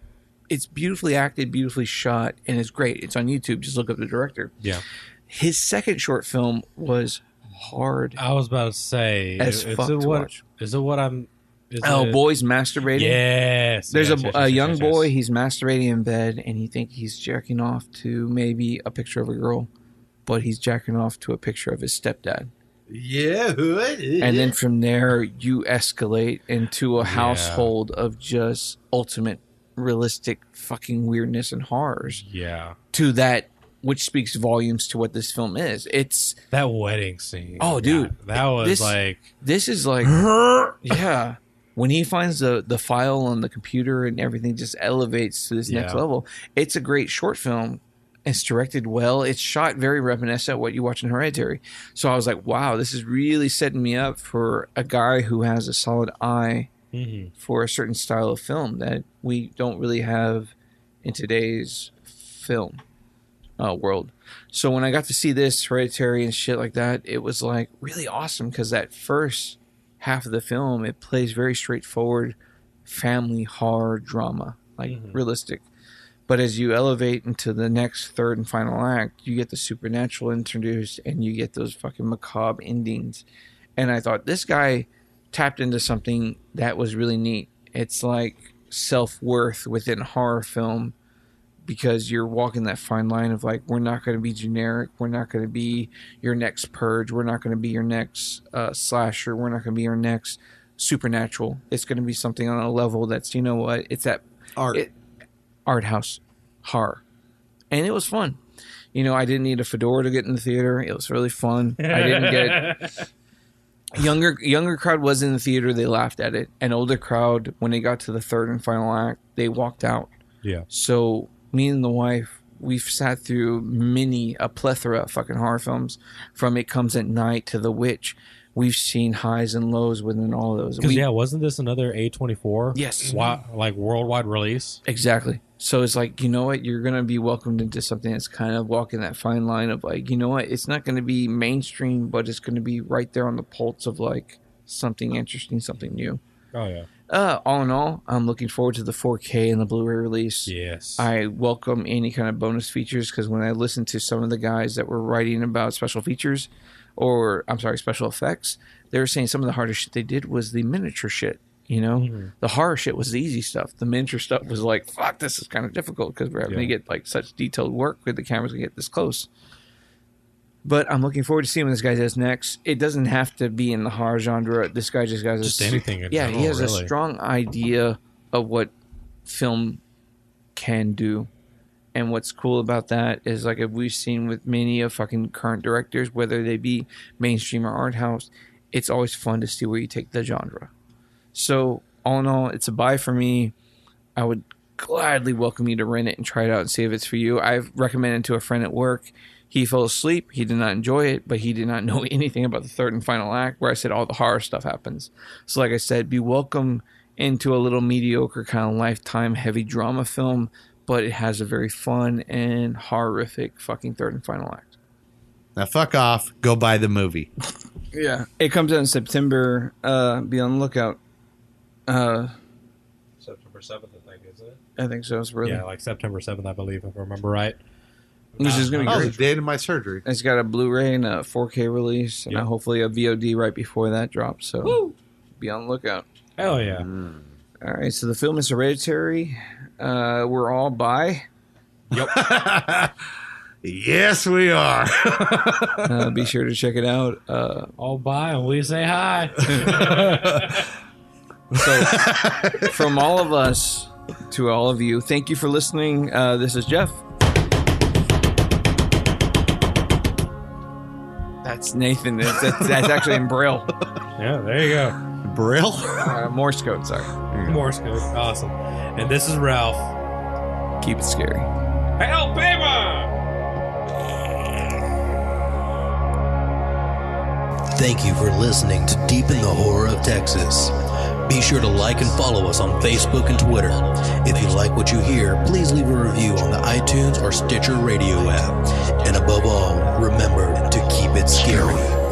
it's beautifully acted, beautifully shot, and it's great. It's on YouTube. Just look up the director. Yeah. His second short film was hard. I was about to say, As is, fuck to it what- watch. is it what I'm? Is Oh, it, boys masturbating. Yes, There's yes, a, yes, a yes, young yes, yes. boy. He's masturbating in bed, and he think he's jacking off to maybe a picture of a girl, but he's jacking off to a picture of his stepdad. Yeah, And then from there, you escalate into a household of just ultimate realistic fucking weirdness and horrors. Yeah, To that, which speaks volumes to what this film is. It's that wedding scene. Oh, God, dude. that was This- like this is like yeah when he finds the the file on the computer and everything just elevates to this next Yeah. level it's a great short film it's directed well it's shot very reminiscent of what you watch in hereditary so i was like wow this is really setting me up for a guy who has a solid eye for a certain style of film that we don't really have in today's film uh, world. So when I got to see this Hereditary and shit like that, it was like really awesome because that first half of the film it plays very straightforward family horror drama, like realistic. But as you elevate into the next third and final act, you get the supernatural introduced and you get those fucking macabre endings. And I thought this guy tapped into something that was really neat. It's like self worth within horror film because you're walking that fine line of like we're not going to be generic, we're not going to be your next purge, we're not going to be your next uh, slasher, we're not going to be your next supernatural. It's going to be something on a level that's you know what it's that Art. it- art house horror, and it was fun. You know, I didn't need a fedora to get in the theater. It was really fun. I didn't get younger younger crowd was in the theater. They laughed at it. An older crowd, when they got to the third and final act, they walked out. Yeah. So me and the wife, we've sat through many a plethora of fucking horror films, from It Comes at Night to The Witch. We've seen highs and lows within all those. Because We- yeah, wasn't this another A twenty four? Yes. like worldwide release. Exactly. So it's like, you know what? You're going to be welcomed into something that's kind of walking that fine line of like, you know what? It's not going to be mainstream, but it's going to be right there on the pulse of like something interesting, something new. Oh yeah. Uh, all in all, I'm looking forward to the 4K and the Blu-ray release. Yes. I welcome any kind of bonus features because when I listened to some of the guys that were writing about special features, or I'm sorry, special effects, they were saying some of the hardest shit they did was the miniature shit. You know, Mm-hmm. the horror shit was the easy stuff. The miniature stuff was like, fuck, this is kind of difficult because we're having to Yeah. get like such detailed work with the cameras to get this close. But I'm looking forward to seeing what this guy does next. It doesn't have to be in the horror genre. This guy just has a Just s- anything in Yeah, he general, has a Oh, really. strong idea of what film can do. And what's cool about that is like if we've seen with many of fucking current directors, whether they be mainstream or art house, it's always fun to see where you take the genre. So all in all, it's a buy for me. I would gladly welcome you to rent it and try it out and see if it's for you. I've recommended to a friend at work. He fell asleep. He did not enjoy it, but he did not know anything about the third and final act where I said all the horror stuff happens. So, like I said, be welcome into a little mediocre kind of lifetime heavy drama film, but it has a very fun and horrific fucking third and final act. Now fuck off. Go buy the movie. Yeah. It comes out in September. Uh, be on the lookout. Uh, September seventh, I think, is it? I think so. It's really. Yeah, like September seventh, I believe, if I remember right. Which is going to Oh, be the great. date of my surgery. It's got a Blu-ray and a 4K release, and Yeah. hopefully a VOD right before that drops. So be on the lookout. Hell yeah. Mm. All right, so the film is Hereditary. Uh, we're all by. Yes, we are. Uh, be sure to check it out. Uh, All by and we say hi. so, from all of us to all of you, thank you for listening. Uh, this is Jeff. That's Nathan. That's, that's, that's actually in Braille. yeah, there you go. Brill. Uh, Morse code, sorry. Morse code. Awesome. And this is Ralph. Keep it scary. Alabama! Thank you for listening to Deep in the Horror of Texas. Be sure to like and follow us on Facebook and Twitter. If you like what you hear, please leave a review on the iTunes or Stitcher radio app. And above all, remember to keep it scary.